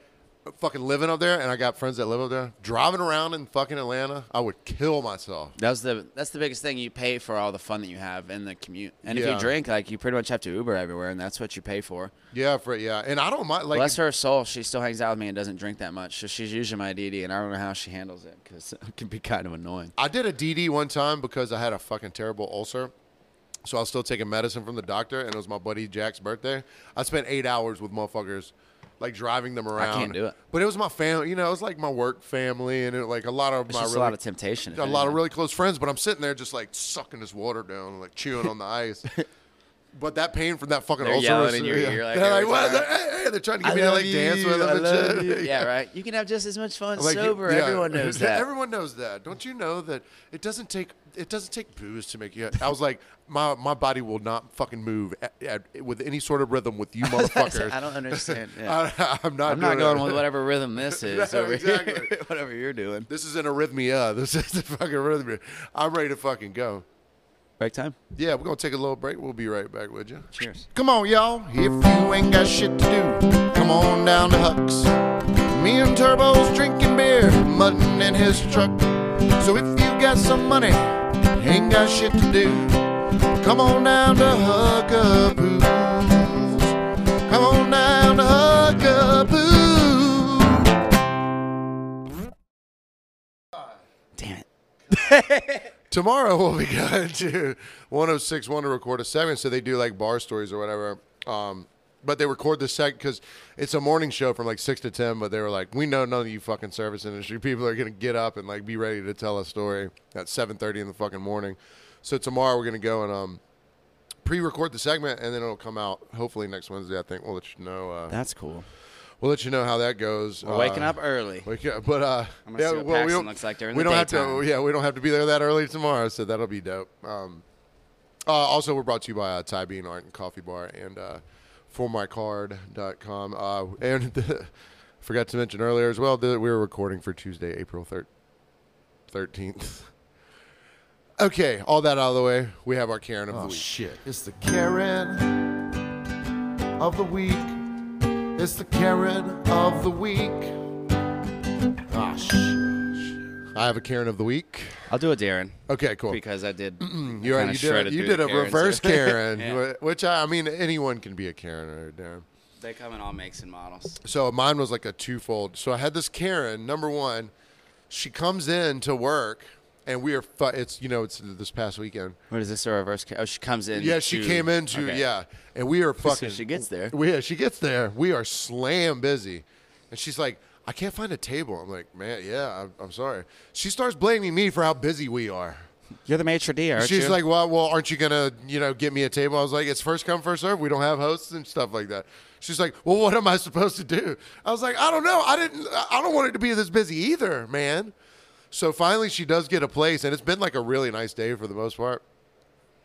Speaker 1: fucking living up there, and I got friends that live up there. Driving around in fucking Atlanta, I would kill myself.
Speaker 2: That's the that's the biggest thing. You pay for all the fun that you have in the commute, and if
Speaker 1: Yeah.
Speaker 2: you drink, like you pretty much have to Uber everywhere, and that's what you pay for.
Speaker 1: Yeah, for yeah, and I don't mind like
Speaker 2: Bless her soul, she still hangs out with me and doesn't drink that much. So she's usually my DD, and I don't know how she handles it because *laughs* it can be kind of annoying.
Speaker 1: I did a DD one time because I had a fucking terrible ulcer. So I was still taking medicine from the doctor, and it was my buddy Jack's birthday. I spent eight hours with motherfuckers, like driving them around.
Speaker 2: can't do it.
Speaker 1: But it was my family, you know. It was like my work family, and it, like a lot of
Speaker 2: It's
Speaker 1: my
Speaker 2: just
Speaker 1: really
Speaker 2: a lot of temptation. if
Speaker 1: Got a lot of
Speaker 2: anything.
Speaker 1: really close friends, but I'm sitting there just like sucking this water down, like chewing on the
Speaker 2: *laughs*
Speaker 1: ice. But that pain from that fucking
Speaker 2: They're
Speaker 1: ulcer
Speaker 2: yelling
Speaker 1: was-
Speaker 2: in your
Speaker 1: yeah.
Speaker 2: ear, like,
Speaker 1: they're
Speaker 2: every
Speaker 1: like, what?
Speaker 2: time.
Speaker 1: Hey, hey, they're trying to
Speaker 2: I
Speaker 1: get me to
Speaker 2: love
Speaker 1: like dance with
Speaker 2: you,
Speaker 1: them
Speaker 2: I
Speaker 1: and
Speaker 2: love
Speaker 1: shit.
Speaker 2: you. Yeah, right. You can have just as much fun
Speaker 1: *laughs* Like,
Speaker 2: sober.
Speaker 1: *laughs* yeah.
Speaker 2: Everyone knows that.
Speaker 1: Everyone knows that. Don't you know that it doesn't take it doesn't take booze to make you? I was like, my my body will not fucking move at, at, with any sort of rhythm with you motherfuckers.
Speaker 2: *laughs* I
Speaker 1: *laughs*
Speaker 2: don't understand. yeah.
Speaker 1: I, am not.
Speaker 2: I'm not
Speaker 1: doing
Speaker 2: going
Speaker 1: it.
Speaker 2: with whatever rhythm this is
Speaker 1: No,
Speaker 2: over
Speaker 1: exactly.
Speaker 2: here. *laughs* whatever you're doing.
Speaker 1: *laughs* This is an arrhythmia. *laughs* This is the fucking arrhythmia. I'm ready to fucking go.
Speaker 2: Break time.
Speaker 1: Yeah, we're gonna take a little break. We'll be right back with you.
Speaker 2: Cheers.
Speaker 1: Come on, y'all. If you ain't got shit to do, come on down to Huck's. Me and Turbo's drinking beer, mutton in his truck. So if you got some money, ain't got shit to do, come on down to Huckaboo's. Come on down to Huckaboo.
Speaker 2: Damn it.
Speaker 1: Tomorrow we'll be *laughs* going to 106.1 to record a segment. So they do like bar stories or whatever. Um, but they record the segment because it's a morning show from like six to ten. But they were like, we know none of you fucking service industry people are gonna get up and like be ready to tell a story at 7:30 in the fucking morning. So tomorrow we're gonna go and um, pre-record the segment and then it'll come out hopefully next Wednesday. I think we'll let you know. Uh,
Speaker 2: That's cool.
Speaker 1: we'll let you know how that goes.
Speaker 2: We're waking
Speaker 1: Uh,
Speaker 2: up early.
Speaker 1: Wake up, but uh,
Speaker 2: I'm gonna see what Paxton looks like during
Speaker 1: we
Speaker 2: the
Speaker 1: don't have
Speaker 2: daytime.
Speaker 1: to. Yeah, we don't have to be there that early tomorrow, so that'll be dope. Um, uh, also, we're brought to you by uh, Thai Bean Art and Coffee Bar and uh, formycard.com. Uh, and *laughs* the, forgot to mention earlier as well that we were recording for Tuesday, April thir- 13th. *laughs* Okay, all that out of the way, we have our Karen of the
Speaker 3: Oh
Speaker 1: week.
Speaker 3: shit! It's the Karen of the week. It's the Karen of the week. Ah *laughs* shit!
Speaker 1: I have a Karen of the week.
Speaker 2: I'll do a Darren
Speaker 1: Okay, cool.
Speaker 2: because I did.
Speaker 1: *clears throat* You,
Speaker 2: kinda
Speaker 1: already, you did,
Speaker 2: shredded
Speaker 1: a- you
Speaker 2: through
Speaker 1: did
Speaker 2: the
Speaker 1: a
Speaker 2: Karens
Speaker 1: reverse
Speaker 2: there. *laughs*
Speaker 1: Karen,
Speaker 2: Yeah.
Speaker 1: wh- which I, I mean, anyone can be a Karen or a Darren.
Speaker 2: They come in all makes and models.
Speaker 1: So mine was like a twofold. So I had this Karen. Number one, she comes in to work, and we are. Fu- it's you know it's this past weekend.
Speaker 2: What is this? A reverse? Ca- oh, she comes in.
Speaker 1: Yeah, she
Speaker 2: to-
Speaker 1: came into
Speaker 2: okay.
Speaker 1: yeah, and we are fucking.
Speaker 2: she gets there.
Speaker 1: We, yeah, she gets there. We are slam busy, and she's like, "I can't find a table." I'm like, "Man, yeah, I'm, I'm sorry." She starts blaming me for how busy we are.
Speaker 2: You're the maitre d', aren't
Speaker 1: She's
Speaker 2: you?
Speaker 1: like, well, well, aren't you gonna, you know, get me a table? I was like, it's first come, first serve. We don't have hosts and stuff like that. She's like, well, what am I supposed to do? I was like, I don't know. I didn't. I don't want it to be this busy either, man. So finally, she does get a place, and it's been like a really nice day for the most part. *clears throat*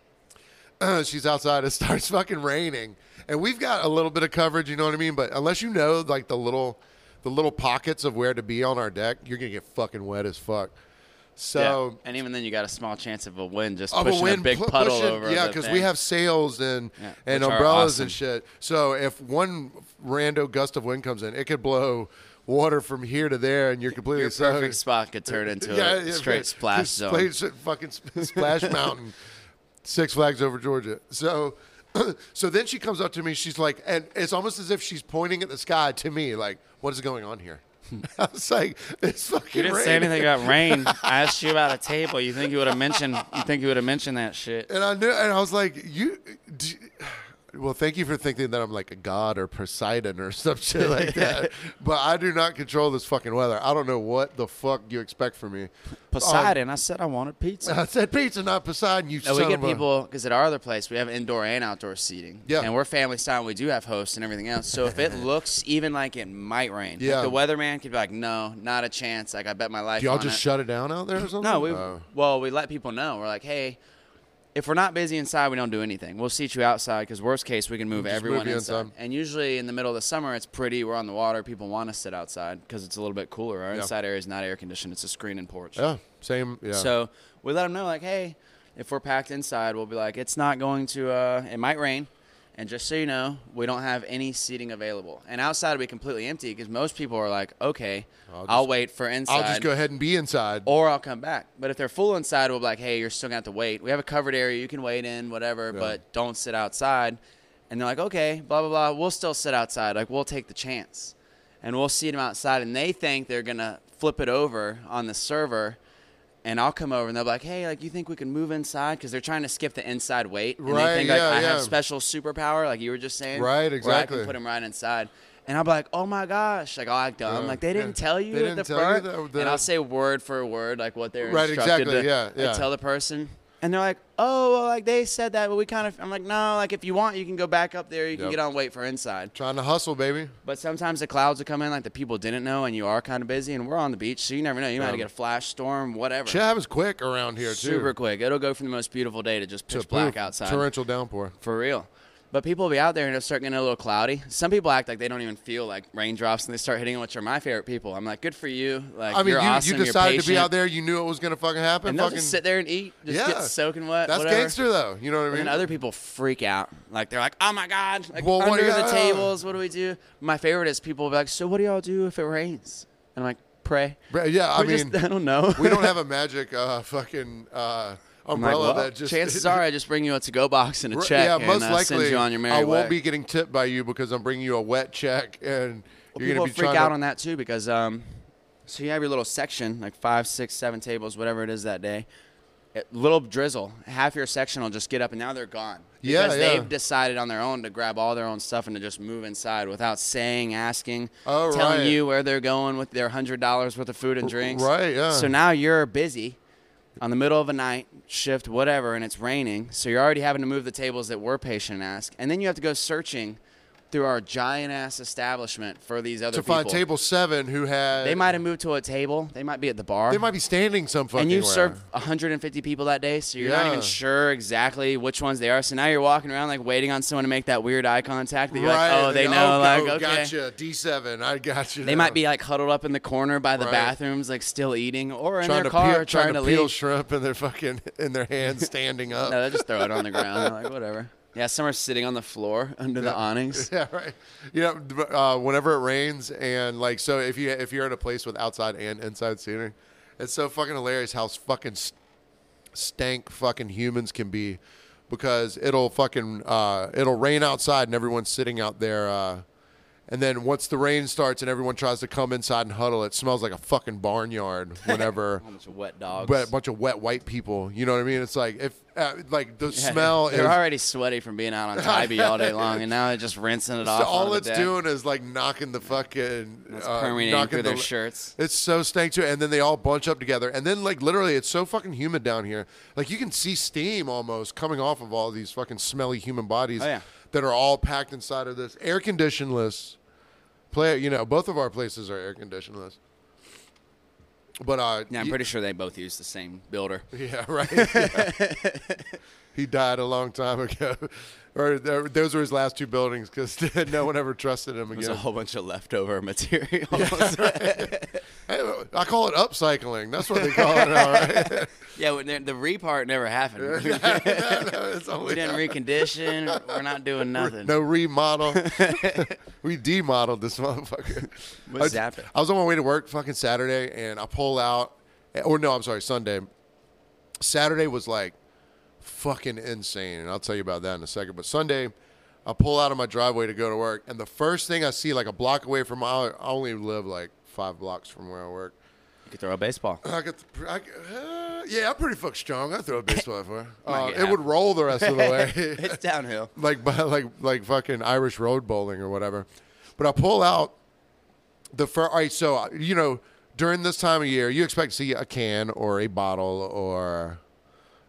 Speaker 1: Uh, she's outside. It *laughs* starts fucking raining, and we've got a little bit of coverage. You know what I mean? But unless you know like the little, the little pockets of where to be on our deck, you're gonna get fucking wet as fuck. So.
Speaker 2: Yeah. and even then, you got a small chance of a wind just
Speaker 1: of
Speaker 2: pushing
Speaker 1: a wind
Speaker 2: big
Speaker 1: pu-
Speaker 2: puddle
Speaker 1: pushing-
Speaker 2: over.
Speaker 1: Yeah,
Speaker 2: the
Speaker 1: because we
Speaker 2: thing.
Speaker 1: have sails and
Speaker 2: Yeah,
Speaker 1: and
Speaker 2: which are
Speaker 1: umbrellas
Speaker 2: awesome.
Speaker 1: and shit. So if one rando gust of wind comes in, it could blow water from here to there, and you're completely
Speaker 2: your
Speaker 1: soaked.
Speaker 2: perfect spot could turn
Speaker 1: *laughs*
Speaker 2: into
Speaker 1: Yeah,
Speaker 2: a
Speaker 1: yeah,
Speaker 2: straight
Speaker 1: right.
Speaker 2: splash zone.
Speaker 1: Straight s- fucking sp-
Speaker 2: *laughs*
Speaker 1: splash mountain. Six Flags over Georgia. So, *clears throat* so then she comes up to me. She's like, and it's almost as if she's pointing at the sky to me. Like, what is going on here? *laughs* I was like, it's fucking.
Speaker 2: You didn't say
Speaker 1: raining.
Speaker 2: anything
Speaker 1: *laughs*
Speaker 2: about rain. I asked you about a table. You think you would have mentioned? You think you would have mentioned that shit?
Speaker 1: and I knew, and I was like, you. d well, thank you *sighs* for thinking that I'm like a god or Poseidon or *laughs* some shit like
Speaker 2: *laughs*
Speaker 1: that. but I do not control this fucking weather. I don't know what the fuck you expect from me. Oh,
Speaker 2: Poseidon. I said I wanted
Speaker 1: *laughs*
Speaker 2: pizza.
Speaker 1: I said pizza, not Poseidon. You.
Speaker 2: No, we
Speaker 1: son
Speaker 2: get
Speaker 1: of a-"
Speaker 2: people because at our other place we have indoor and outdoor seating.
Speaker 1: Yeah.
Speaker 2: and we're family style. and We do have hosts and everything else. So if
Speaker 1: *laughs*
Speaker 2: it looks even like it might rain, like
Speaker 1: Yeah.
Speaker 2: the weatherman could be like, "No, not a chance." Like I bet my life.
Speaker 1: Do y'all
Speaker 2: on
Speaker 1: just
Speaker 2: it.
Speaker 1: shut it down out there or something?
Speaker 2: No, we
Speaker 1: Oh.
Speaker 2: well, we let people know. We're like, hey, if we're not busy inside, we don't do anything. We'll seat you outside because worst case, we can move
Speaker 1: Just
Speaker 2: everyone
Speaker 1: move you
Speaker 2: inside.
Speaker 1: inside.
Speaker 2: And usually in the middle of the summer, it's pretty. We're on the water. People want to sit outside because it's a little bit cooler. Our
Speaker 1: Yeah.
Speaker 2: inside area is not air conditioned. It's a screen and porch.
Speaker 1: Yeah. Same. Yeah.
Speaker 2: So we let them know, like, hey, if we're packed inside, we'll be like, it's not going to, uh, it might rain. And just so you know, we don't have any seating available. And outside will be completely empty because most people are like, okay, I'll,
Speaker 1: just-
Speaker 2: wait for inside
Speaker 1: I'll just go ahead and be inside.
Speaker 2: or I'll come back. But if they're full inside, we'll be like, hey, you're still gonna have to wait. We have a covered area, you can wait in, whatever, but don't sit outside. And they're like, okay, blah blah blah. We'll still sit outside. Like we'll take the chance, and we'll see them outside. And they think they're gonna flip it over on the server. And I'll come over and they'll be like, hey, like you think we can move inside? Because they're trying to skip the inside wait. And
Speaker 1: Right,
Speaker 2: they think like
Speaker 1: yeah,
Speaker 2: I have
Speaker 1: yeah.
Speaker 2: special superpower, like you were just saying.
Speaker 1: Right,
Speaker 2: Where I can
Speaker 1: exactly.
Speaker 2: put them right inside. And I'll be like, oh my gosh. Like I'll act dumb.
Speaker 1: Yeah,
Speaker 2: like they didn't
Speaker 1: yeah.
Speaker 2: tell you
Speaker 1: They
Speaker 2: at
Speaker 1: didn't
Speaker 2: the
Speaker 1: tell you
Speaker 2: front.
Speaker 1: that- that-
Speaker 2: and I'll say word for word like what they're
Speaker 1: Right,
Speaker 2: instructed
Speaker 1: exactly,
Speaker 2: to,
Speaker 1: yeah,
Speaker 2: to
Speaker 1: yeah.
Speaker 2: tell the person and they're like oh well like they said that but we kind of i'm like no like if you want you can go back up there you can
Speaker 1: Yep.
Speaker 2: get on wait for inside
Speaker 1: Trying to hustle, baby.
Speaker 2: but sometimes the clouds will come in like the people didn't know and you are kind of busy and we're on the beach so you never know you might
Speaker 1: Yeah.
Speaker 2: get a flash storm whatever
Speaker 1: Shit happens quick around here too.
Speaker 2: super quick it'll go from the most beautiful day to just
Speaker 1: To
Speaker 2: pitch black
Speaker 1: poof,
Speaker 2: outside
Speaker 1: Torrential downpour.
Speaker 2: for real. But people will be out there and it'll start getting a little cloudy. Some people act like they don't even feel like raindrops and they start hitting them, which are my favorite people. I'm like, good for you. Like,
Speaker 1: I mean,
Speaker 2: you're
Speaker 1: you,
Speaker 2: awesome.
Speaker 1: you
Speaker 2: you're
Speaker 1: decided to be
Speaker 2: patient.
Speaker 1: out there. You knew it was gonna fucking happen.
Speaker 2: And they'll
Speaker 1: fucking
Speaker 2: just sit there and eat, just
Speaker 1: Yeah.
Speaker 2: get soaking wet.
Speaker 1: That's
Speaker 2: whatever.
Speaker 1: gangster though. You know what I
Speaker 2: And
Speaker 1: mean?
Speaker 2: then other people freak out. Like they're like, "Oh my god!" Like
Speaker 1: Well, what
Speaker 2: under
Speaker 1: do
Speaker 2: the
Speaker 1: y'all-
Speaker 2: tables. What do we do? My favorite is people will be like, "So what do y'all do if it rains?" And I'm like, "Pray."
Speaker 1: Bra- yeah, I
Speaker 2: We're just-
Speaker 1: mean-
Speaker 2: *laughs* I don't know.
Speaker 1: we don't have a magic uh, fucking uh,
Speaker 2: I'm like,
Speaker 1: umbrella
Speaker 2: well,
Speaker 1: that just. *laughs*
Speaker 2: chances are I just bring you a to-go box and a
Speaker 1: Right,
Speaker 2: check.
Speaker 1: yeah,
Speaker 2: and,
Speaker 1: most
Speaker 2: uh,
Speaker 1: likely
Speaker 2: send you on your merry
Speaker 1: I won't
Speaker 2: way.
Speaker 1: be getting tipped by you because I'm bringing you a wet check and
Speaker 2: Well,
Speaker 1: you're gonna
Speaker 2: people
Speaker 1: be
Speaker 2: freak
Speaker 1: trying
Speaker 2: out
Speaker 1: to.
Speaker 2: on that too because um, so you have your little section, like five, six, seven tables, whatever it is that day. a little drizzle, half your section will just get up, and now they're gone.
Speaker 1: Yeah,
Speaker 2: Because
Speaker 1: yeah.
Speaker 2: they've decided on their own to grab all their own stuff and to just move inside without saying, asking,
Speaker 1: Oh,
Speaker 2: telling
Speaker 1: right.
Speaker 2: you where they're going with their hundred dollars worth of food and drinks.
Speaker 1: right, yeah.
Speaker 2: So now you're busy on the middle of a night shift, whatever, and it's raining. So you're already having to move the tables that were patient and ask, and then you have to go searching through our giant ass establishment for these other
Speaker 1: to
Speaker 2: people.
Speaker 1: find table seven who had
Speaker 2: They might have moved to a table. They might be at the bar.
Speaker 1: they might be standing some fucking
Speaker 2: and you
Speaker 1: where.
Speaker 2: served 150 people that day, so you're not
Speaker 1: Yeah.
Speaker 2: even sure exactly which ones they are. So now you're walking around like waiting on someone to make that weird eye contact. That you're
Speaker 1: right.
Speaker 2: *laughs* like, oh, they know. like, okay.
Speaker 1: gotcha. D seven, I got you.
Speaker 2: They
Speaker 1: now.
Speaker 2: might be like huddled up in the corner by the
Speaker 1: Right.
Speaker 2: bathrooms, like still eating, or in
Speaker 1: trying
Speaker 2: their
Speaker 1: to
Speaker 2: car
Speaker 1: peel,
Speaker 2: trying to,
Speaker 1: peel
Speaker 2: leave.
Speaker 1: shrimp in their fucking in their
Speaker 2: *laughs*
Speaker 1: hands standing up.
Speaker 2: no, they just throw it on the
Speaker 1: *laughs*
Speaker 2: ground. They're like whatever. Yeah, some are sitting on the floor under the awnings.
Speaker 1: *laughs* Yeah, right. You know, d- uh, whenever it rains and like, so if you if you're at a place with outside and inside scenery, it's so fucking hilarious how s- fucking st- stank fucking humans can be, because it'll fucking uh, it'll rain outside and everyone's sitting out there, uh, and then once the rain starts and everyone tries to come inside and huddle, it smells like a fucking barnyard. Whenever.
Speaker 2: A bunch of wet dogs.
Speaker 1: But a bunch of wet white people, you know what I mean? It's like if uh, like the
Speaker 2: Yeah,
Speaker 1: smell
Speaker 2: They're
Speaker 1: is
Speaker 2: already sweaty from
Speaker 1: *laughs*
Speaker 2: being out on Tybee all day long, and now they're just rinsing it off.
Speaker 1: So all
Speaker 2: onto the
Speaker 1: it's
Speaker 2: deck.
Speaker 1: doing is like knocking the fucking
Speaker 2: It's
Speaker 1: uh,
Speaker 2: permeating
Speaker 1: knocking
Speaker 2: through their
Speaker 1: the-
Speaker 2: shirts.
Speaker 1: It's so stank too, and then they all bunch up together, and then like literally, it's so fucking humid down here. Like you can see steam almost coming off of all these fucking smelly human bodies
Speaker 2: Oh, yeah.
Speaker 1: that are all packed inside of this air conditionless. Play, you know, both of our places are air conditionless. But uh,
Speaker 2: Yeah, I'm
Speaker 1: y-
Speaker 2: pretty sure they both use the same builder.
Speaker 1: *laughs* yeah, right.
Speaker 2: *laughs*
Speaker 1: Yeah. he died a long time ago, *laughs* or th- those were his last two buildings because *laughs* no one ever trusted him
Speaker 2: There's
Speaker 1: again.
Speaker 2: a whole bunch of leftover *laughs* material.
Speaker 1: Hey, I call it upcycling. That's what they call it. All right.
Speaker 2: *laughs*
Speaker 1: *laughs*
Speaker 2: yeah, when the, the re part never happened. we *laughs*
Speaker 1: No, it's *laughs* only-
Speaker 2: didn't recondition. We're not doing nothing.
Speaker 1: no remodel. *laughs* we demodeled this motherfucker.
Speaker 2: What's
Speaker 1: I,
Speaker 2: zapping?
Speaker 1: I was on my way to work fucking Saturday, and I pull out. eh, Or no, I'm sorry, Sunday. Saturday was like fucking insane, and I'll tell you about that in a second. But Sunday, I pull out of my driveway to go to work, and the first thing I see, like a block away from, I I only live like five blocks from where I work.
Speaker 2: You could throw
Speaker 1: *laughs*
Speaker 2: a baseball.
Speaker 1: I got the, I, uh, yeah, I'm pretty fucking strong. I
Speaker 2: *laughs*
Speaker 1: throw a baseball for. Uh,
Speaker 2: get
Speaker 1: it would
Speaker 2: half.
Speaker 1: roll the rest of the
Speaker 2: *laughs*
Speaker 1: way,
Speaker 2: it's downhill.
Speaker 1: like *laughs* by, like like fucking Irish road bowling or whatever. But I pull out the first. All right, so uh, you know during this time of year, you expect to see a can or a bottle or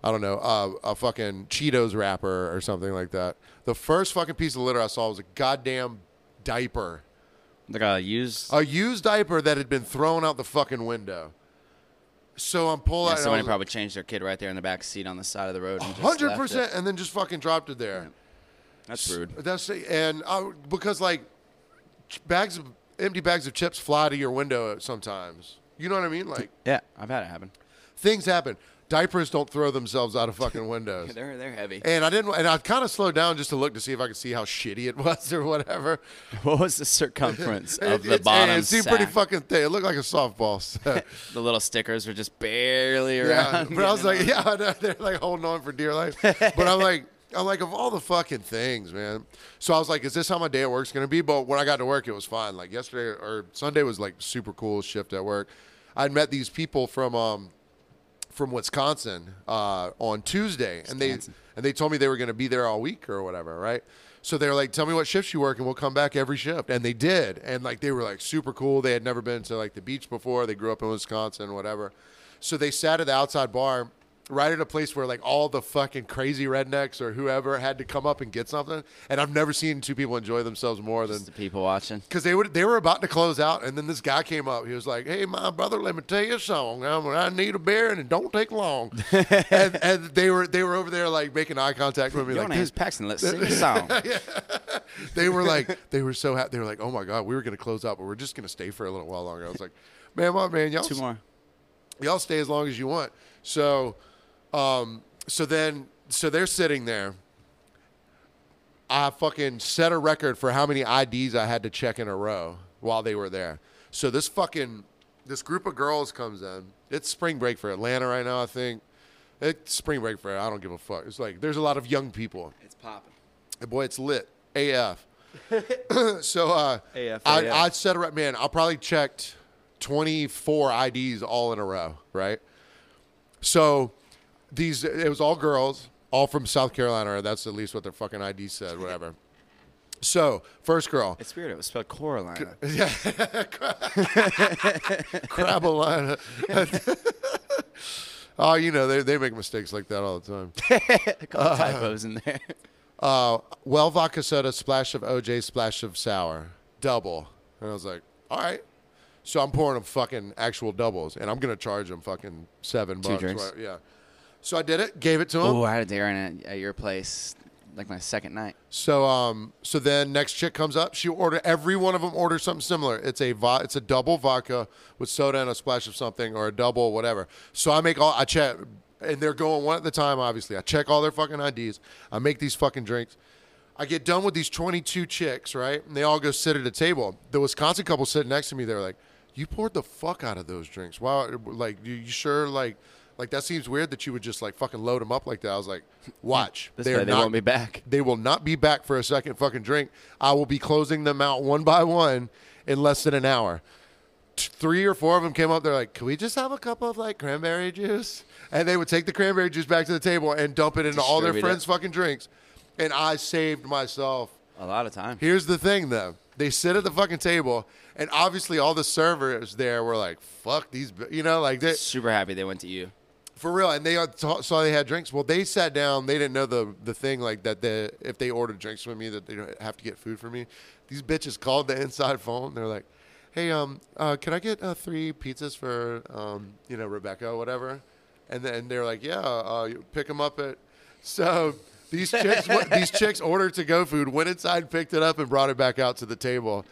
Speaker 1: I don't know uh, a fucking Cheetos wrapper or something like that. The first fucking piece of litter I saw was a goddamn diaper,
Speaker 2: Like a used.
Speaker 1: a used diaper that had been thrown out the fucking window. So I'm pulling.
Speaker 2: yeah,
Speaker 1: and I
Speaker 2: somebody
Speaker 1: was-
Speaker 2: probably changed their kid right there in the back seat on the side of the road. and just left it.
Speaker 1: hundred percent, and then just fucking dropped it there.
Speaker 2: That's rude.
Speaker 1: That's and I, because like ch- bags of empty bags of chips fly to your window sometimes. You know what I mean? Like
Speaker 2: Yeah, I've had it happen.
Speaker 1: things happen. Diapers don't throw themselves out of fucking
Speaker 2: *laughs*
Speaker 1: windows.
Speaker 2: They're they're heavy.
Speaker 1: And I didn't, and I kind of slowed down just to look to see if I could see how shitty it *laughs* was or whatever.
Speaker 2: What was the circumference
Speaker 1: It-
Speaker 2: of the
Speaker 1: it's-
Speaker 2: bottom?
Speaker 1: It seemed
Speaker 2: sack?
Speaker 1: pretty fucking thick. It looked like a softball. *laughs* so-
Speaker 2: The little stickers were just barely
Speaker 1: Yeah,
Speaker 2: around.
Speaker 1: but I was
Speaker 2: getting
Speaker 1: like, *laughs* yeah, I know, they're like holding on for dear life. But I'm like, I'm like, of all the fucking things, man. So I was like, is this how my day at work's gonna be? But when I got to work, it was fine. Like yesterday or Sunday was like super cool shift at work. I'd met these people from um from Wisconsin uh, on Tuesday, and they
Speaker 2: Wisconsin.
Speaker 1: and they told me they were going to be there all week or whatever, right? So they were like, "Tell me what shifts you work, and we'll come back every shift." And they did, and like they were like super cool. They had never been to like the beach before. They grew up in Wisconsin, whatever. So they sat at the outside bar, right at a place where like all the fucking crazy rednecks or whoever had to come up and get something. And I've never seen two people enjoy themselves more than
Speaker 2: Just *laughs* the people watching.
Speaker 1: because they were they were about to close out, and then this guy came up. He was like, "Hey, my brother, let me tell you a song. I'm, I need a beer, and it don't take long." and, and they were they were over there like making eye contact with me,
Speaker 2: Your
Speaker 1: like this,
Speaker 2: name's Paxton. Let's sing
Speaker 1: *laughs*
Speaker 2: a song.
Speaker 1: they were like they were so happy. They were like, "Oh my god, we were gonna close out, but we're just gonna stay for a little while longer." I was like, "Man, my man, y'all
Speaker 2: Two more.
Speaker 1: y'all stay as long as you want. So, um, so then, so they're sitting there. I fucking set a record for how many IDs I had to check in a row while they were there. So this fucking this group of girls comes in. It's spring break for Atlanta right now, I think. It's spring break for I don't give a fuck. It's like there's a lot of young people.
Speaker 2: It's popping.
Speaker 1: And boy, it's lit. AF. *clears throat* so uh,
Speaker 2: AF.
Speaker 1: I, I said, right, man, I probably checked 24 IDs all in a row, right? So these it was all girls, all from South Carolina. Or that's at least what their fucking ID said, whatever. So first girl,
Speaker 2: It's weird. It was spelled Coralina.
Speaker 1: yeah, Crabalina. *laughs* oh, you know they they make mistakes like that all the time.
Speaker 2: A couple typos in
Speaker 1: *laughs*
Speaker 2: there.
Speaker 1: Uh, well, vodka soda, splash of OJ, splash of sour, double. And I was like, all right. So I'm pouring them fucking actual doubles, and I'm gonna charge them fucking seven bucks.
Speaker 2: drinks.
Speaker 1: right? Yeah. So I did it, gave it to him.
Speaker 2: Oh, I had a dare in at, at your place, like my second night.
Speaker 1: So um, so then next chick comes up. She order every one of them orders something similar. It's a vo- it's a double vodka with soda and a splash of something, or a double whatever. So I make all I check, and they're going one at the time. Obviously, I check all their fucking IDs. I make these fucking drinks. I get done with these twenty two chicks, right? And they all go sit at a table. The Wisconsin couple sitting next to me, they're like, "You poured the fuck out of those drinks. Wow, like you, you sure like." Like that seems weird that you would just like fucking load them up like that. I was like, "Watch,
Speaker 2: This day they won't be back.
Speaker 1: they will not be back for a second fucking drink. I will be closing them out one by one in less than an hour. T- Three or four of them came up. They're like, "Can we just have a cup of like cranberry juice?" And they would take the cranberry juice back to the table and dump it into all their
Speaker 2: Distribute it.
Speaker 1: friends' fucking drinks. And I saved myself.
Speaker 2: A lot of time.
Speaker 1: Here's the thing, though. They sit at the fucking table, and obviously all the servers there were like, "Fuck these," b-" you know, like they,
Speaker 2: Super happy they went to you.
Speaker 1: for real, and they uh, t- saw they had drinks. Well, they sat down. They didn't know the the thing like that. The if they ordered drinks from me, that they don't have to get food from me. These bitches called the *laughs* inside phone. They're like, "Hey, um, uh, can I get uh, three pizzas for um, you know, Rebecca, or whatever?" And then they're like, "Yeah, uh, you pick them up at." *laughs* So these chicks, went-
Speaker 2: *laughs*
Speaker 1: these chicks ordered to go food, went inside, picked it up, and brought it back out to the table.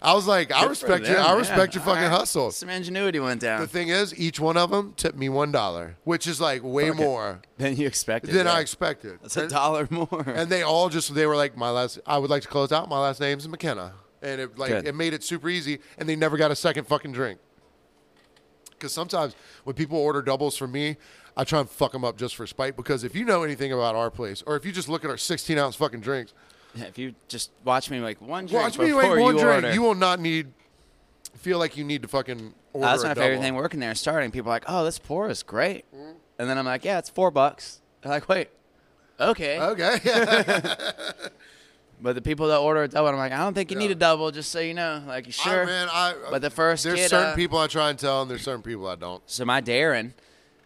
Speaker 1: I was like, I
Speaker 2: Good for
Speaker 1: respect you.
Speaker 2: them,
Speaker 1: I
Speaker 2: yeah.
Speaker 1: respect your
Speaker 2: All
Speaker 1: fucking
Speaker 2: right.
Speaker 1: hustle.
Speaker 2: Some ingenuity went down.
Speaker 1: The thing is, each one of them tipped me one dollar, which is like way
Speaker 2: Fuck it.
Speaker 1: more
Speaker 2: Then you expected.
Speaker 1: than I
Speaker 2: yeah.
Speaker 1: expected.
Speaker 2: That's a
Speaker 1: And-
Speaker 2: dollar more.
Speaker 1: And they all just they were like, my last. I would like to close out. My last name's McKenna, and it like
Speaker 2: Good.
Speaker 1: it made it super easy. And they never got a second fucking drink. Because sometimes when people order doubles from me, I try and fuck them up just for spite. Because if you know anything about our place, or if you just look at our 16 ounce fucking drinks,
Speaker 2: *laughs* Yeah, if you just watch me make one drink
Speaker 1: watch me
Speaker 2: before
Speaker 1: wait one
Speaker 2: you
Speaker 1: drink.
Speaker 2: order.
Speaker 1: You will not need feel like you need to fucking order.
Speaker 2: That's
Speaker 1: a
Speaker 2: my favorite
Speaker 1: double. Mm-hmm.
Speaker 2: thing working there. Starting, people are like, "Oh, this pour is great," and then I'm like, "Yeah, it's four bucks." They're like, "Wait, okay."
Speaker 1: Okay. *laughs*
Speaker 2: But the people that order a double, I'm like, "I don't think you need
Speaker 1: Yeah.
Speaker 2: a double." Just so you know, like, you sure?
Speaker 1: I, man, I, uh,
Speaker 2: But the first
Speaker 1: there's
Speaker 2: kid,
Speaker 1: certain
Speaker 2: uh,
Speaker 1: people I try and tell, and there's certain people I don't.
Speaker 2: So my Darren,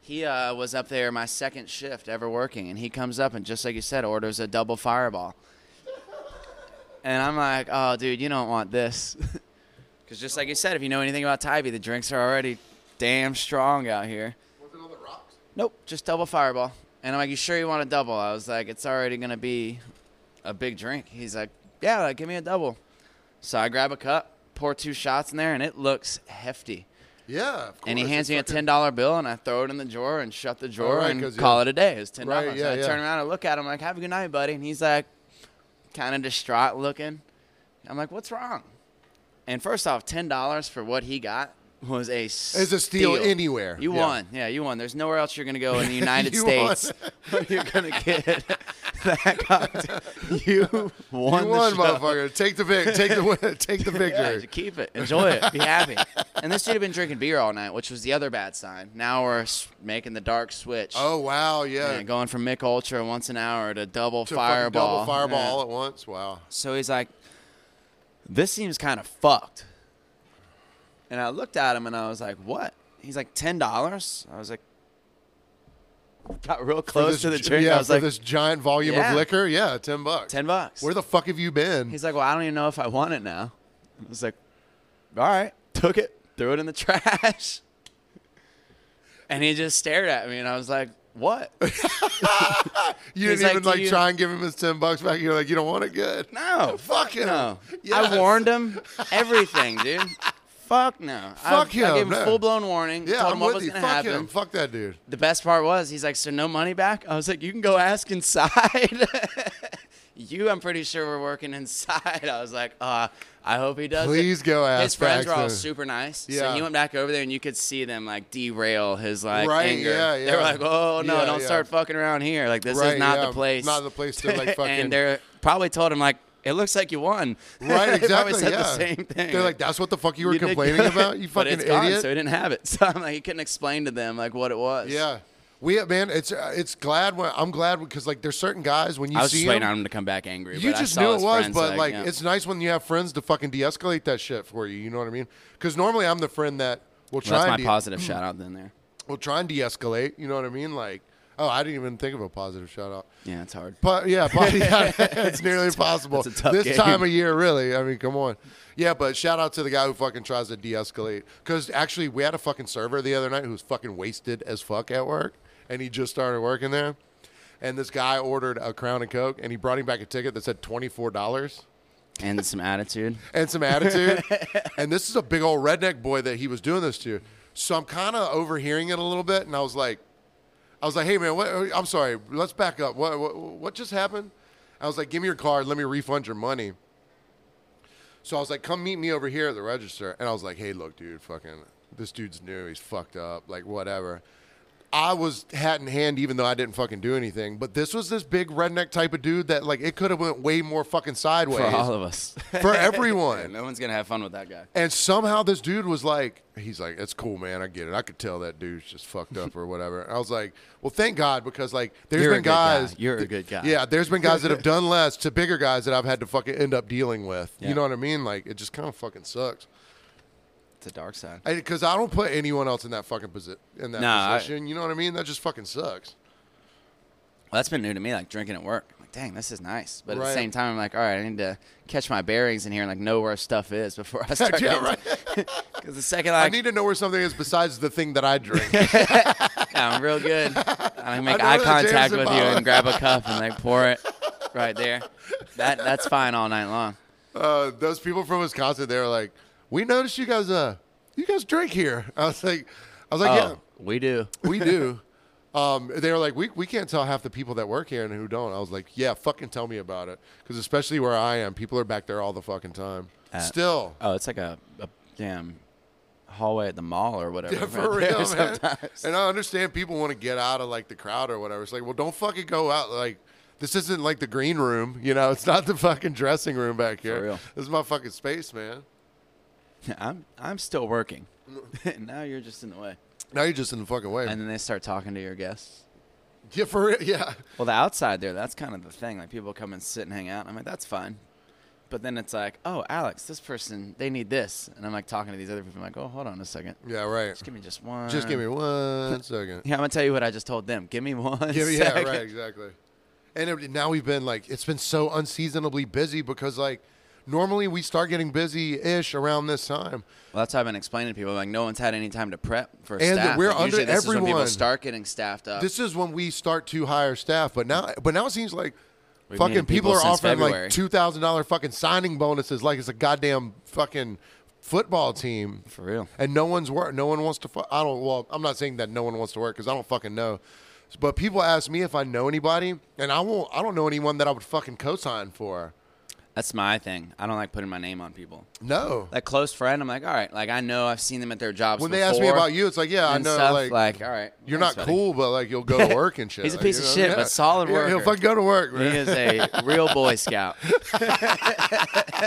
Speaker 2: he uh, was up there my second shift ever working, and he comes up and just like you said, orders a double fireball. And I'm like, oh, dude, you don't want this, *laughs* because just like you said, if you know anything about Tybee, the drinks are already damn strong out here.
Speaker 1: Was it on the rocks?
Speaker 2: Nope, just double fireball. And I'm like, you sure you want a double? I was like, it's already gonna be a big drink. He's like, yeah, like give me a double. So I grab a cup, pour two shots in there, and it looks hefty
Speaker 1: Yeah. Of course.
Speaker 2: and he hands
Speaker 1: It's
Speaker 2: me a ten
Speaker 1: fucking-
Speaker 2: dollar bill, and I throw it in the drawer and shut the drawer
Speaker 1: right,
Speaker 2: and
Speaker 1: 'cause,
Speaker 2: call
Speaker 1: yeah.
Speaker 2: it a day. It was ten dollars.
Speaker 1: Right, yeah,
Speaker 2: I
Speaker 1: yeah.
Speaker 2: turn around and look at him like, "Have a good night, buddy." And he's like, kind of distraught looking. I'm like, "What's wrong?" And first off, ten dollars for what he got was a
Speaker 1: It's a steal anywhere.
Speaker 2: You
Speaker 1: Yeah.
Speaker 2: won. Yeah, you won. There's nowhere else you're gonna
Speaker 1: *laughs*
Speaker 2: go in the United
Speaker 1: You
Speaker 2: States *laughs* where you're gonna get *laughs*
Speaker 1: *laughs*
Speaker 2: that cocktail. You won.
Speaker 1: You
Speaker 2: the
Speaker 1: won,
Speaker 2: show.
Speaker 1: motherfucker. Take the vic. Take the win. *laughs* Take the
Speaker 2: Yeah,
Speaker 1: victory.
Speaker 2: just keep it. Enjoy it. Be happy. and this dude had been drinking beer all night, which was the other bad sign. Now we're s- making the dark switch.
Speaker 1: oh wow, yeah.
Speaker 2: And going from Mick Ultra once an hour to double
Speaker 1: To fucking
Speaker 2: fireball.
Speaker 1: Double fireball all
Speaker 2: Yeah.
Speaker 1: at once. Wow.
Speaker 2: So he's like, this seems kind of fucked. And I looked at him and I was like, what? He's like, $10? I was like, *laughs* got real close to the
Speaker 1: gi-
Speaker 2: drink.
Speaker 1: Yeah,
Speaker 2: I was
Speaker 1: for
Speaker 2: like,
Speaker 1: this giant volume
Speaker 2: Yeah.
Speaker 1: of liquor. Yeah, ten bucks.
Speaker 2: 10 bucks.
Speaker 1: Where the fuck have you been?
Speaker 2: He's like, well, I don't even know if I want it now. I was like, all right, *laughs* took it, threw it in the trash. *laughs* And he just stared at me, and I was like,
Speaker 1: *laughs*
Speaker 2: what? *laughs*
Speaker 1: you didn't
Speaker 2: he's like,
Speaker 1: even
Speaker 2: "Do
Speaker 1: like
Speaker 2: you-"
Speaker 1: try and give him his ten bucks back. You're like, you don't want it good.
Speaker 2: No,
Speaker 1: Fuck him.
Speaker 2: no.
Speaker 1: Yes.
Speaker 2: I warned him everything,
Speaker 1: *laughs*
Speaker 2: dude. Fuck no.
Speaker 1: Fuck
Speaker 2: I, I gave
Speaker 1: him,
Speaker 2: him
Speaker 1: no.
Speaker 2: full blown warning.
Speaker 1: Yeah,
Speaker 2: told
Speaker 1: I'm
Speaker 2: him what
Speaker 1: with
Speaker 2: was
Speaker 1: you.
Speaker 2: gonna
Speaker 1: Fuck
Speaker 2: happen.
Speaker 1: him. Fuck that dude.
Speaker 2: *laughs* The best part was, he's like, so no money back? I was like, you can go ask inside. *laughs* you, I'm pretty sure, were working inside. *laughs* I was like, uh, I hope he does. it."
Speaker 1: Please go ask.
Speaker 2: his friends were all
Speaker 1: Braxton.
Speaker 2: super nice.
Speaker 1: Yeah.
Speaker 2: So he went back over there and you could see them like derail his like
Speaker 1: Right,
Speaker 2: anger.
Speaker 1: yeah,
Speaker 2: They were
Speaker 1: yeah.
Speaker 2: like, Oh no,
Speaker 1: Yeah,
Speaker 2: don't
Speaker 1: yeah.
Speaker 2: start fucking around here. Like this
Speaker 1: Right,
Speaker 2: is not
Speaker 1: yeah,
Speaker 2: the place.
Speaker 1: not the place to, like, fucking-
Speaker 2: *laughs* and they're probably told him like, It looks like you won. *laughs*
Speaker 1: Right,
Speaker 2: They probably
Speaker 1: exactly.
Speaker 2: said
Speaker 1: yeah.
Speaker 2: the same thing.
Speaker 1: They're like, that's what the fuck you were
Speaker 2: *laughs* did
Speaker 1: complaining
Speaker 2: good,"
Speaker 1: about, you
Speaker 2: but
Speaker 1: fucking
Speaker 2: it's
Speaker 1: idiot.
Speaker 2: *laughs* Gone, so he didn't have it. So I'm like he couldn't explain to them like what it was.
Speaker 1: Yeah. We have, man. It's uh, it's glad when I'm glad because like there's certain guys when you
Speaker 2: I was
Speaker 1: see
Speaker 2: just waiting
Speaker 1: them,
Speaker 2: on him to come back angry.
Speaker 1: you
Speaker 2: but I
Speaker 1: just
Speaker 2: saw
Speaker 1: knew it
Speaker 2: his
Speaker 1: was.
Speaker 2: friends,
Speaker 1: But like,
Speaker 2: yeah.
Speaker 1: it's nice when you have friends to fucking de-escalate that shit for you. You know what I mean? Because normally I'm the friend that will
Speaker 2: Well,
Speaker 1: try
Speaker 2: that's my
Speaker 1: and de- *laughs*
Speaker 2: positive shout out then there.
Speaker 1: will try and de-escalate. You know what I mean? Like, oh, I didn't even think of a positive shout out.
Speaker 2: Yeah, it's hard.
Speaker 1: But yeah,
Speaker 2: *laughs*
Speaker 1: but yeah, it's nearly impossible.
Speaker 2: it's a tough
Speaker 1: this
Speaker 2: game.
Speaker 1: time of year, really. I mean, come on. Yeah, but shout out to the guy who fucking tries to de-escalate. Because actually, we had a fucking server the other night who was fucking wasted as fuck at work, and he just started working there. And this guy ordered a Crown and Coke, and he brought him back a ticket that said twenty four dollars
Speaker 2: And
Speaker 1: *laughs*
Speaker 2: some attitude.
Speaker 1: and some attitude. and this is a big old redneck boy that he was doing this to. So I'm kind of overhearing it a little bit, and I was like, I was like, hey man, what, I'm sorry. Let's back up. What, what what just happened? I was like, give me your card. Let me refund your money. So I was like, come meet me over here at the register. And I was like, hey, look, dude, fucking, this dude's new. He's fucked up. Like, whatever. I was hat in hand, even though I didn't fucking do anything. But this was this big redneck type of dude that, like, it could have went way more fucking sideways
Speaker 2: For all of
Speaker 1: *laughs*
Speaker 2: us.
Speaker 1: for everyone.
Speaker 2: no one's going to have fun with that guy.
Speaker 1: And somehow this dude was like, he's like, it's cool, man. I get it. I could tell that dude's just fucked up or whatever. And I was like, well, thank God because like there's
Speaker 2: You're a
Speaker 1: been
Speaker 2: good guy.
Speaker 1: guys.
Speaker 2: You're a good guy.
Speaker 1: Yeah, there's been guys that
Speaker 2: *laughs*
Speaker 1: have done less to bigger guys that I've had to fucking end up dealing with.
Speaker 2: Yeah.
Speaker 1: You know what I mean? Like it just kind of fucking sucks.
Speaker 2: It's a dark side.
Speaker 1: Because I, don't put anyone else in that fucking position. In that
Speaker 2: Nah, I-
Speaker 1: position, you know what I mean? That just fucking sucks.
Speaker 2: Well, that's been new to me, like drinking at work. I'm like, dang, this is nice. But at
Speaker 1: Right.
Speaker 2: the same time, I'm like, all right, I need to catch my bearings in here and like know where stuff is before I
Speaker 1: *laughs*
Speaker 2: start.
Speaker 1: Yeah,
Speaker 2: getting- *laughs*
Speaker 1: right.
Speaker 2: Because the second
Speaker 1: I
Speaker 2: I,
Speaker 1: need to know where something is besides the thing that I drink.
Speaker 2: *laughs* yeah, I'm
Speaker 1: *laughs*
Speaker 2: real good. I make
Speaker 1: know
Speaker 2: eye
Speaker 1: that
Speaker 2: contact
Speaker 1: Jameson
Speaker 2: with you
Speaker 1: bottle.
Speaker 2: and grab a cup and like pour
Speaker 1: *laughs*
Speaker 2: it right there. That that's fine all night long.
Speaker 1: uh, those people from Wisconsin, they were like, "We noticed you guys, uh, you guys drink here." I was like, "I was like,
Speaker 2: Oh,
Speaker 1: yeah,
Speaker 2: we do.
Speaker 1: we do." *laughs* um, they were like, "We we can't tell half the people that work here and who don't." I was like, "Yeah, fucking tell me about it," because especially where I am, people are back there all the fucking time.
Speaker 2: Uh,
Speaker 1: Still,
Speaker 2: Oh, it's like a, a damn hallway at the mall or
Speaker 1: *laughs* *laughs*
Speaker 2: whatever.
Speaker 1: yeah, for
Speaker 2: *laughs* right there
Speaker 1: real, man.
Speaker 2: sometimes.
Speaker 1: And I understand people want to get out of like the crowd or whatever. It's like, well, don't fucking go out like. This isn't like the green room, you know. It's not the fucking dressing room back here.
Speaker 2: real.
Speaker 1: This is my fucking space, man.
Speaker 2: I'm I'm still working. *laughs* now you're just in the way.
Speaker 1: Now you're just in the fucking way.
Speaker 2: And then they start talking to your guests.
Speaker 1: yeah, for real. *laughs* Yeah.
Speaker 2: Well, the outside there, that's kind of the thing. Like people come and sit and hang out. I'm like, that's fine. But then it's like, oh, Alex, this person, they need this, and I'm like talking to these other people. I'm like, oh, hold on a second.
Speaker 1: Yeah, right.
Speaker 2: Just give me just one.
Speaker 1: Just give me one second.
Speaker 2: Yeah, I'm gonna tell you what I just told them. Give me one.
Speaker 1: *laughs* Give me, yeah,
Speaker 2: second.
Speaker 1: right, exactly. And it, now we've been like, it's been so unseasonably busy because like normally we start getting busy ish around this time.
Speaker 2: Well, that's how I've been explaining to people. Like, no one's had any time to prep for
Speaker 1: And
Speaker 2: staff.
Speaker 1: we're
Speaker 2: Like, usually
Speaker 1: under-
Speaker 2: this is when people
Speaker 1: everyone-
Speaker 2: start getting staffed up.
Speaker 1: This is when we start to hire staff, but now, but now it seems like
Speaker 2: We've
Speaker 1: fucking
Speaker 2: needed
Speaker 1: people,
Speaker 2: people
Speaker 1: are
Speaker 2: since
Speaker 1: offering
Speaker 2: February.
Speaker 1: like two thousand dollar fucking signing bonuses, like it's a goddamn fucking football team.
Speaker 2: for real.
Speaker 1: and no one's work. No one wants to. Fu- I don't. Well, I'm not saying that no one wants to work because I don't fucking know. But people ask me if I know anybody, and I won't. I don't know anyone that I would fucking co-sign for.
Speaker 2: That's my thing. I don't like putting my name on people.
Speaker 1: No.
Speaker 2: Like close friend, I'm like, all right. Like I know I've seen them at their jobs.
Speaker 1: when they
Speaker 2: before
Speaker 1: ask me about you, it's like, yeah, I
Speaker 2: and
Speaker 1: know.
Speaker 2: stuff,
Speaker 1: like,
Speaker 2: all right,
Speaker 1: you're
Speaker 2: thanks,
Speaker 1: not
Speaker 2: buddy.
Speaker 1: cool, but like you'll go
Speaker 2: *laughs*
Speaker 1: to work and shit.
Speaker 2: He's a
Speaker 1: like,
Speaker 2: piece
Speaker 1: you
Speaker 2: of
Speaker 1: know?
Speaker 2: shit, but solid
Speaker 1: He'll- He'll
Speaker 2: worker.
Speaker 1: fucking go to work,
Speaker 2: He
Speaker 1: *laughs* man.
Speaker 2: is a
Speaker 1: *laughs*
Speaker 2: real Boy Scout.
Speaker 1: but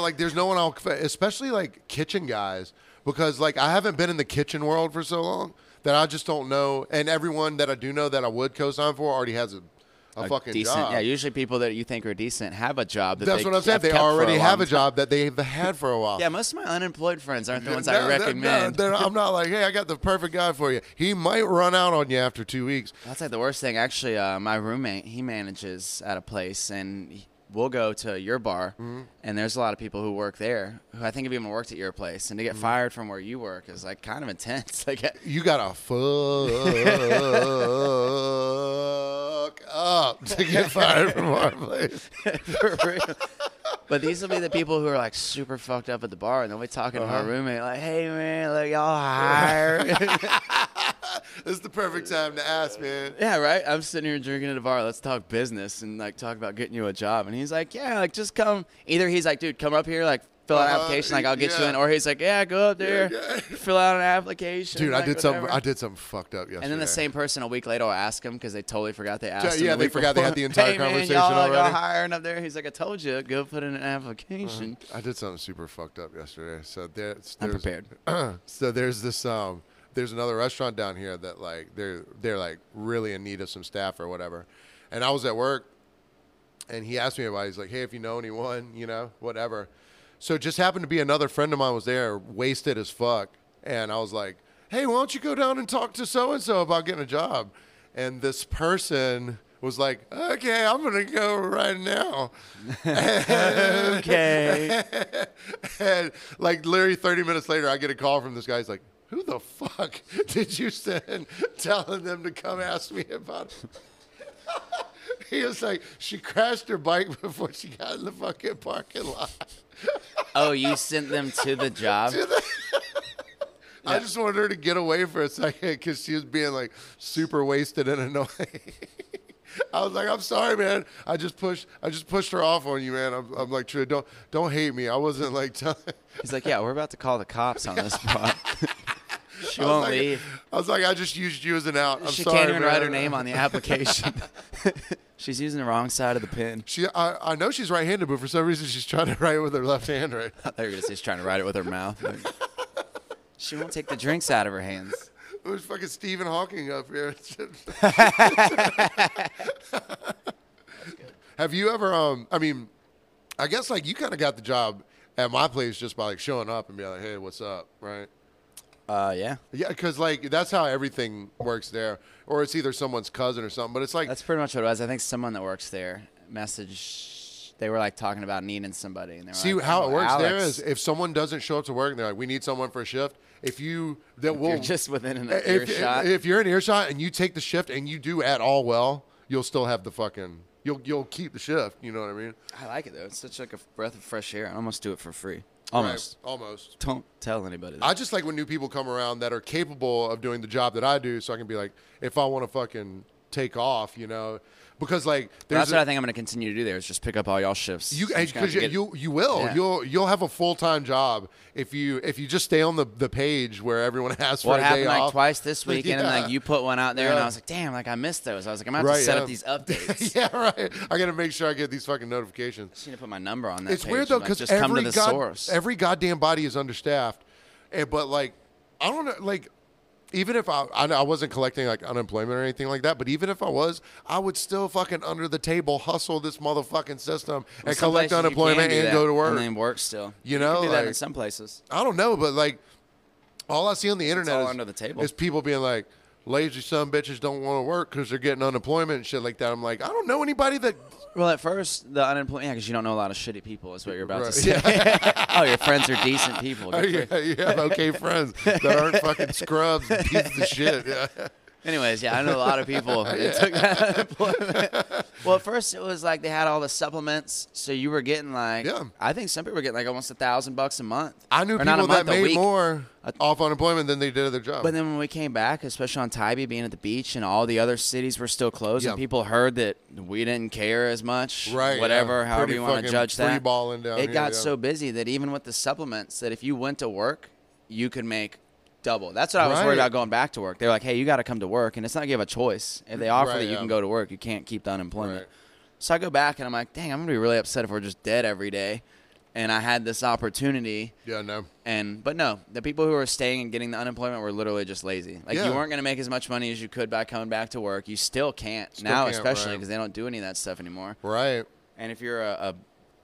Speaker 1: like, there's no one I'll, especially like kitchen guys, because like I haven't been in the kitchen world for so long that I just don't know. And everyone that I do know that I would co-sign for already has a, a, fucking
Speaker 2: decent.
Speaker 1: job.
Speaker 2: Yeah, usually people that you think are decent have a job. That
Speaker 1: That's
Speaker 2: they
Speaker 1: what I'm saying.
Speaker 2: have
Speaker 1: They
Speaker 2: kept for
Speaker 1: already
Speaker 2: long
Speaker 1: have a
Speaker 2: time.
Speaker 1: job that they've had for a while.
Speaker 2: *laughs* Yeah, most of my unemployed friends aren't the ones
Speaker 1: No,
Speaker 2: I
Speaker 1: no, no,
Speaker 2: recommend.
Speaker 1: they're- I'm not like, hey, I got the perfect guy for you. He might run out on you after two weeks.
Speaker 2: That's like the worst thing. Actually, uh, my roommate he manages at a place, and he- we'll go to your bar, and there's a lot of people who work there who I think have even worked at your place, and to get fired from where you work is like kind of intense. *laughs* Like,
Speaker 1: You got to fuck up to get fired from our place.
Speaker 2: for real. But these will be the people who are like super fucked up at the bar, and they'll be talking to my roommate like, "Hey man, like y'all hired."
Speaker 1: *laughs* This is the perfect time to ask, man.
Speaker 2: Yeah, right. I'm sitting here drinking at a bar. Let's talk business and like talk about getting you a job. And he's like, yeah, like just come. Either he's like, dude, come up here, like fill out an
Speaker 1: Uh-huh,
Speaker 2: application, like I'll get you
Speaker 1: yeah.
Speaker 2: in. Or he's like, yeah, go up there,
Speaker 1: yeah.
Speaker 2: fill out an application.
Speaker 1: Dude, I
Speaker 2: like,
Speaker 1: did something.
Speaker 2: whatever.
Speaker 1: I did something fucked up yesterday.
Speaker 2: And then the same person a week later will ask him because they totally forgot they asked.
Speaker 1: Yeah,
Speaker 2: him the
Speaker 1: yeah, they
Speaker 2: week
Speaker 1: forgot they had
Speaker 2: before.
Speaker 1: the entire
Speaker 2: hey, man,
Speaker 1: conversation
Speaker 2: y'all, Y'all
Speaker 1: already."
Speaker 2: hiring up there? He's like, I told you, go put in
Speaker 1: *laughs*
Speaker 2: an application.
Speaker 1: I did something super fucked up yesterday. So there, *clears throat*
Speaker 2: I'm
Speaker 1: there's-
Speaker 2: prepared.
Speaker 1: so there's this um there's another restaurant down here that like they're they're like really in need of some staff or whatever. And I was at work and he asked me about it. He's like, Hey, if you know anyone, you know, whatever. So it just happened to be another friend of mine was there, wasted as fuck. And I was like, Hey, why don't you go down and talk to so and so about getting a job? And this person was like, Okay, I'm gonna go right now.
Speaker 2: Okay.
Speaker 1: *laughs* and like literally 30 minutes later, I get a call from this guy. He's like, "Who the fuck *laughs* did you send telling them to come ask me about?" It? *laughs* he was like, "She crashed her bike *laughs* before she got in the fucking parking lot."
Speaker 2: oh, you sent them
Speaker 1: *laughs*
Speaker 2: to the job?
Speaker 1: I just wanted her to get away for a second because she was being like super wasted and *laughs* annoying. I was like, "I'm sorry, man. I just pushed. I just pushed her off on you, man. I'm, I'm like, "True, don't don't hate me. I wasn't like *laughs* telling."
Speaker 2: He's like, yeah, we're about to call the cops
Speaker 1: *laughs*
Speaker 2: on this spot. *laughs* she
Speaker 1: I was
Speaker 2: won't
Speaker 1: like-
Speaker 2: leave.
Speaker 1: I was like, I just used you as an out. I'm
Speaker 2: she
Speaker 1: sorry,
Speaker 2: can't even
Speaker 1: man.
Speaker 2: write her name on the application.
Speaker 1: *laughs*
Speaker 2: *laughs* She's using the wrong side of the pen.
Speaker 1: She, I, I know she's right-handed, but for some reason she's trying to *laughs* write with her left hand. Right?
Speaker 2: I thought you were gonna say she's trying to write it with her mouth. she won't take the drinks out of her hands.
Speaker 1: It was fucking Stephen Hawking up here. *laughs* Have you ever? Um, I mean, I guess like you kind of got the job at my place just by like showing up and being like, "Hey, what's up?" Right?
Speaker 2: Uh, yeah,
Speaker 1: Yeah, because like that's how everything works there, or it's either someone's cousin or something. But it's like
Speaker 2: that's pretty much what it was. I think someone that works there messaged. They were like talking about needing somebody, and they were
Speaker 1: See
Speaker 2: like,
Speaker 1: how
Speaker 2: "Oh,
Speaker 1: it works there is
Speaker 2: Alex,
Speaker 1: if someone doesn't show up to work, they're like, "We need someone for a shift." If you that
Speaker 2: you're
Speaker 1: will
Speaker 2: just within an
Speaker 1: if,
Speaker 2: earshot.
Speaker 1: if you're in earshot and you take the shift and you do at all well, you'll still have the fucking you'll you'll keep the shift. You know what I mean?
Speaker 2: I like it though. It's such like a breath of fresh air. I almost do it for free. Almost.
Speaker 1: Right, almost.
Speaker 2: Don't tell anybody. That.
Speaker 1: I just like when new people come around that are capable of doing the job that I do, so I can be like, if I want to fucking take off, you know, because like
Speaker 2: But that's
Speaker 1: there's a-
Speaker 2: what I think I'm gonna continue to do there. Is just pick up all y'all shifts.
Speaker 1: You
Speaker 2: I'm just gonna have
Speaker 1: because
Speaker 2: to
Speaker 1: you,
Speaker 2: get-
Speaker 1: you you will
Speaker 2: Yeah.
Speaker 1: you'll you'll have a full time job if you if you just stay on the, the page where everyone *laughs* asks for
Speaker 2: what
Speaker 1: a
Speaker 2: happened
Speaker 1: day
Speaker 2: like
Speaker 1: off.
Speaker 2: twice this weekend, and
Speaker 1: *laughs* Yeah.
Speaker 2: like you put one out there, and
Speaker 1: Yeah.
Speaker 2: I was like, damn, like I missed those. I was like, I'm gonna have
Speaker 1: Right,
Speaker 2: to set
Speaker 1: yeah. *laughs*
Speaker 2: up these updates.
Speaker 1: yeah, right. I gotta make sure I get these fucking notifications.
Speaker 2: Just need to put my number on that.
Speaker 1: It's
Speaker 2: page
Speaker 1: weird though
Speaker 2: and, like,
Speaker 1: because
Speaker 2: just come to
Speaker 1: every
Speaker 2: the
Speaker 1: god-
Speaker 2: source.
Speaker 1: every goddamn body is understaffed, and, but like I don't know like. Even if I, I I wasn't collecting like unemployment or anything like that, but even if I was, I would still fucking under the table hustle this motherfucking system and
Speaker 2: Some
Speaker 1: collect
Speaker 2: places you can
Speaker 1: unemployment
Speaker 2: do
Speaker 1: and
Speaker 2: that
Speaker 1: go to work.
Speaker 2: and then work still.
Speaker 1: You
Speaker 2: can
Speaker 1: know,
Speaker 2: do that in
Speaker 1: like-
Speaker 2: some places.
Speaker 1: I don't know, but like all I see on the internet
Speaker 2: all
Speaker 1: is,
Speaker 2: under the table.
Speaker 1: is people being like, lazy some bitches don't want to work because they're getting unemployment and shit like that. I'm like, I don't know anybody that.
Speaker 2: Well, at first the unemployment, yeah, because you don't know a lot of shitty people, is what you're about
Speaker 1: Right.
Speaker 2: to
Speaker 1: *laughs*
Speaker 2: say. *laughs* oh, your friends are decent people.
Speaker 1: Oh,
Speaker 2: Good for-
Speaker 1: *laughs* yeah, yeah, okay, friends that aren't fucking scrubs, and pieces of
Speaker 2: *laughs*
Speaker 1: shit. Yeah.
Speaker 2: *laughs* Anyways, yeah, I know a lot
Speaker 1: *laughs*
Speaker 2: of people who took that unemployment. well, at first it was like they had all the supplements, so you were getting like,
Speaker 1: Yeah.
Speaker 2: I think some people were getting like almost a thousand bucks a month.
Speaker 1: I knew
Speaker 2: Or not a
Speaker 1: people that
Speaker 2: month, a
Speaker 1: made
Speaker 2: week.
Speaker 1: more off unemployment than they did at their job.
Speaker 2: But then when we came back, especially on Tybee being at the beach and all the other cities were still closed,
Speaker 1: Yeah.
Speaker 2: and people heard that we didn't care as much,
Speaker 1: Right,
Speaker 2: Whatever,
Speaker 1: yeah.
Speaker 2: however
Speaker 1: Pretty
Speaker 2: you want
Speaker 1: fucking
Speaker 2: to judge that.
Speaker 1: free-balling down
Speaker 2: it
Speaker 1: here,
Speaker 2: got
Speaker 1: yeah.
Speaker 2: so busy that even with the supplements, that if you went to work, you could make double. That's what I was
Speaker 1: Right.
Speaker 2: worried about going back to work. They're like, hey, you got to come to work, and it's not give a choice. If they offer
Speaker 1: Right,
Speaker 2: that you
Speaker 1: yeah.
Speaker 2: can go to work, you can't keep the unemployment.
Speaker 1: Right.
Speaker 2: So I go back and I'm like, dang, I'm gonna be really upset if we're just dead every day. And I had this opportunity.
Speaker 1: yeah, no.
Speaker 2: And but no, the people who were staying and getting the unemployment were literally just lazy. Like
Speaker 1: Yeah.
Speaker 2: you weren't going to make as much money as you could by coming back to work. You still can't now,
Speaker 1: can't,
Speaker 2: especially
Speaker 1: right.
Speaker 2: because they don't do any of that stuff anymore.
Speaker 1: Right.
Speaker 2: And if you're a, a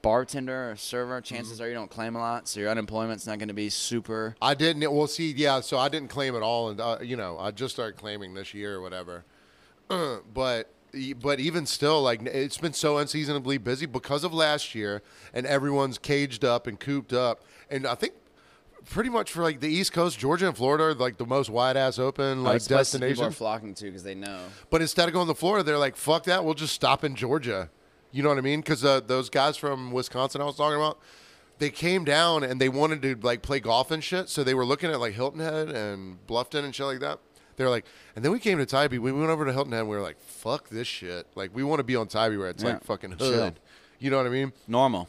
Speaker 2: bartender or server, chances
Speaker 1: Mm-hmm.
Speaker 2: are you don't claim a lot, so your unemployment's not going to be super.
Speaker 1: I didn't. Well, see, yeah. So I didn't claim at all, and uh, you know, I just started claiming this year or whatever. *clears throat* but e, but even still, like it's been so unseasonably busy because of last year, and everyone's caged up and cooped up, and I think. Pretty much for like the East Coast, Georgia and Florida are like the most wide ass open like
Speaker 2: It's places People are
Speaker 1: destination.
Speaker 2: flocking to because they know.
Speaker 1: But instead of going to Florida, they're like, "Fuck that! We'll just stop in Georgia." You know what I mean? Because uh, those guys from Wisconsin I was talking about, they came down and they wanted to like play golf and shit. So they were looking at like Hilton Head and Bluffton and shit like that. They're like, and then we came to Tybee. We went over to Hilton Head. and We were like, "Fuck this shit! Like, we want to be on Tybee where it's
Speaker 2: Yeah.
Speaker 1: like fucking hood."
Speaker 2: Chill.
Speaker 1: You know what I mean?
Speaker 2: Normal.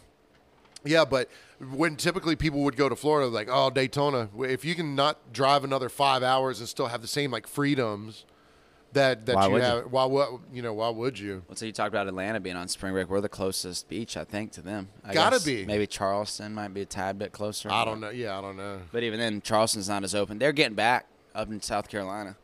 Speaker 1: Yeah, but when typically people would go to Florida, like, oh, Daytona, if you can not drive another five hours and still have the same like freedoms that that
Speaker 2: Why
Speaker 1: you
Speaker 2: would you?
Speaker 1: have, why would you know why would you?
Speaker 2: Well, so you talked about Atlanta being on spring break. We're the closest beach, I think, to them. I
Speaker 1: Gotta
Speaker 2: guess.
Speaker 1: be.
Speaker 2: Maybe Charleston might be a tad bit closer.
Speaker 1: I don't know. Yeah, I don't know.
Speaker 2: But even then, Charleston's not as open. They're getting back. up in South Carolina.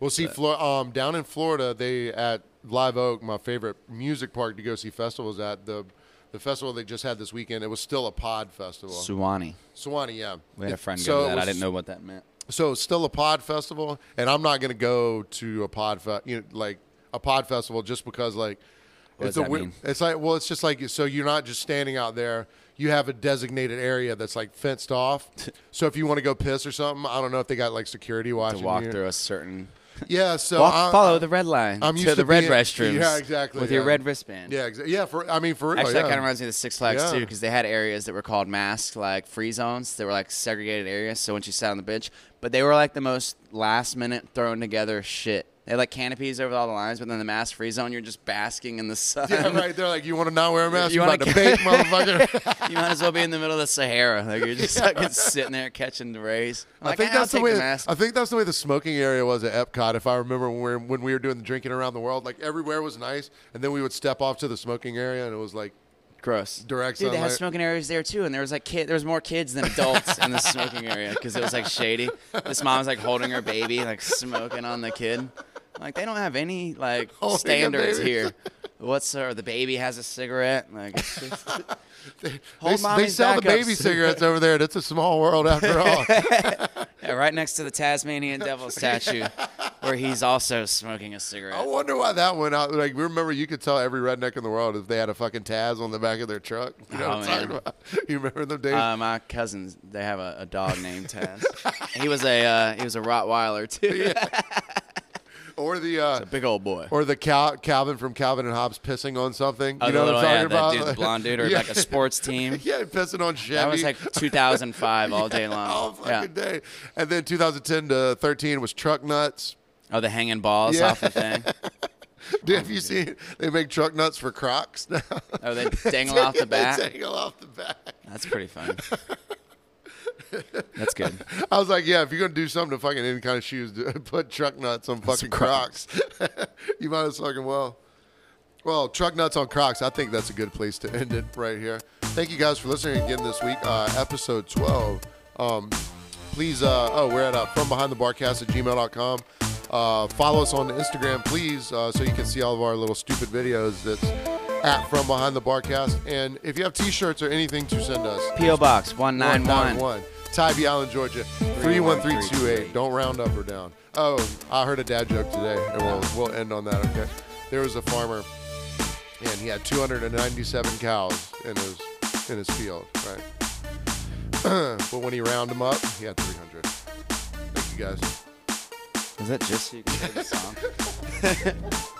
Speaker 1: Well, see, Flo- um, down in Florida, they at Live Oak, my favorite music park to go see festivals at the the festival they just had this weekend. It was still a pod festival.
Speaker 2: Suwanee.
Speaker 1: Sewanee, yeah.
Speaker 2: We had a
Speaker 1: It-
Speaker 2: friend
Speaker 1: so
Speaker 2: go
Speaker 1: it
Speaker 2: to that. I
Speaker 1: was-
Speaker 2: didn't know what that meant.
Speaker 1: So it's still a pod festival, and I'm not gonna go to a pod fe- you know, like a pod festival just because like
Speaker 2: What
Speaker 1: it's
Speaker 2: does
Speaker 1: a
Speaker 2: that
Speaker 1: weir-
Speaker 2: mean?
Speaker 1: it's like well it's just like so you're not just standing out there. You have a designated area that's like fenced
Speaker 2: *laughs*
Speaker 1: off. so if you want to go piss or something, I don't know if they got like security
Speaker 2: To
Speaker 1: watching
Speaker 2: walk
Speaker 1: you.
Speaker 2: through a certain
Speaker 1: Yeah, so
Speaker 2: walk,
Speaker 1: I-
Speaker 2: follow the red line
Speaker 1: I'm
Speaker 2: to
Speaker 1: used
Speaker 2: the
Speaker 1: to
Speaker 2: red
Speaker 1: being-
Speaker 2: restrooms.
Speaker 1: yeah, exactly,
Speaker 2: With your
Speaker 1: yeah.
Speaker 2: red wristband.
Speaker 1: Yeah, exa- yeah. For I mean, for real.
Speaker 2: Actually,
Speaker 1: yeah.
Speaker 2: that kind of reminds me of the Six Flags
Speaker 1: Yeah.
Speaker 2: too, because they had areas that were called mask, like free zones. They were like segregated areas. So once you sat on the bench, but they were like the most last minute thrown together shit. They had like canopies over all the lines, but then the mask free zone, you're just basking in the sun.
Speaker 1: Yeah, right. They're like, you want to not wear a mask?
Speaker 2: *laughs*
Speaker 1: You
Speaker 2: You
Speaker 1: are
Speaker 2: wanna
Speaker 1: about to
Speaker 2: get-
Speaker 1: bake, motherfucker.
Speaker 2: *laughs* You might as well be in the middle of the Sahara. Like you're
Speaker 1: *laughs*
Speaker 2: just fucking sitting there catching the rays. I'm
Speaker 1: I
Speaker 2: like,
Speaker 1: think
Speaker 2: "Ah, I'll
Speaker 1: that's the
Speaker 2: take
Speaker 1: way.
Speaker 2: the mask.
Speaker 1: I think that's the way the smoking area was at Epcot. If I remember when we, were, when we were doing the drinking around the world, like everywhere was nice, and then we would step off to the smoking area, and it was like,
Speaker 2: Gross.
Speaker 1: Direct
Speaker 2: Dude, they had
Speaker 1: sunlight.
Speaker 2: smoking areas there too, and there was like kid. There was more kids than adults in the smoking area because it was like shady. This mom was like holding her baby, like smoking on the kid. Like they don't have any like
Speaker 1: Holding the
Speaker 2: standards
Speaker 1: baby.
Speaker 2: here. What's or the baby has a cigarette? Like it's just,
Speaker 1: they,
Speaker 2: hold
Speaker 1: they
Speaker 2: mommy's
Speaker 1: sell the
Speaker 2: backups.
Speaker 1: baby cigarettes over there. and It's a small world after
Speaker 2: *laughs*
Speaker 1: all.
Speaker 2: Yeah, right next to the Tasmanian devil statue, where he's also smoking a
Speaker 1: I
Speaker 2: cigarette.
Speaker 1: wonder why that went out. Like, remember, you could tell every redneck in the world if they had a fucking Taz on the back of their truck. You know
Speaker 2: Oh,
Speaker 1: what I'm talking
Speaker 2: man.
Speaker 1: about? *laughs* You remember them days?
Speaker 2: Uh, my cousins, they have a, a dog named Taz. he was a uh, he was a Rottweiler too.
Speaker 1: or the uh,
Speaker 2: a big old boy.
Speaker 1: Or the Cal- Calvin from Calvin and Hobbes pissing on something.
Speaker 2: Oh,
Speaker 1: you
Speaker 2: the
Speaker 1: know what I'm
Speaker 2: little- yeah,
Speaker 1: talking
Speaker 2: that
Speaker 1: about?
Speaker 2: dude, the blonde dude, or
Speaker 1: *laughs* yeah.
Speaker 2: like a sports team.
Speaker 1: yeah, pissing on Chevy.
Speaker 2: That was like 2005
Speaker 1: *laughs*
Speaker 2: all *laughs*
Speaker 1: Oh,
Speaker 2: day long.
Speaker 1: all
Speaker 2: Yeah.
Speaker 1: fucking day. And then 2010 to 13 was truck nuts. *laughs*
Speaker 2: Oh, the hanging balls
Speaker 1: Yeah.
Speaker 2: off the thing.
Speaker 1: Dude, have you seen? They make truck nuts for Crocs now. *laughs*
Speaker 2: Oh, they dangle off
Speaker 1: They
Speaker 2: the bat.
Speaker 1: dangle off the back.
Speaker 2: That's pretty funny. That's good.
Speaker 1: I was like, yeah, if you're gonna do something to fucking any kind of shoes, do- *laughs* put truck nuts on fucking Crocs. *laughs*
Speaker 2: Crocs.
Speaker 1: you might as fucking well. Well, truck nuts on Crocs. I think that's a good place to end it right here. Thank you guys for listening again this week, uh, episode 12. Um, please, uh, oh, we're at uh, from behind the barcast at gmail.com. Uh, follow us on Instagram, please, uh, so you can see all of our little stupid videos. That's at from behind the barcast. And if you have T-shirts or anything to send us,
Speaker 2: P.O.
Speaker 1: *laughs*
Speaker 2: Box 191.
Speaker 1: 191. Tybee Island, Georgia. 31328. Don't round up or down. Oh, I heard a dad joke today, and we'll, we'll end on that, okay? There was a farmer, and he had 297 cows in his, in his field, right? *clears throat* but when he rounded them up, he had 300. Thank you guys.
Speaker 2: Is that just so you can hear the song?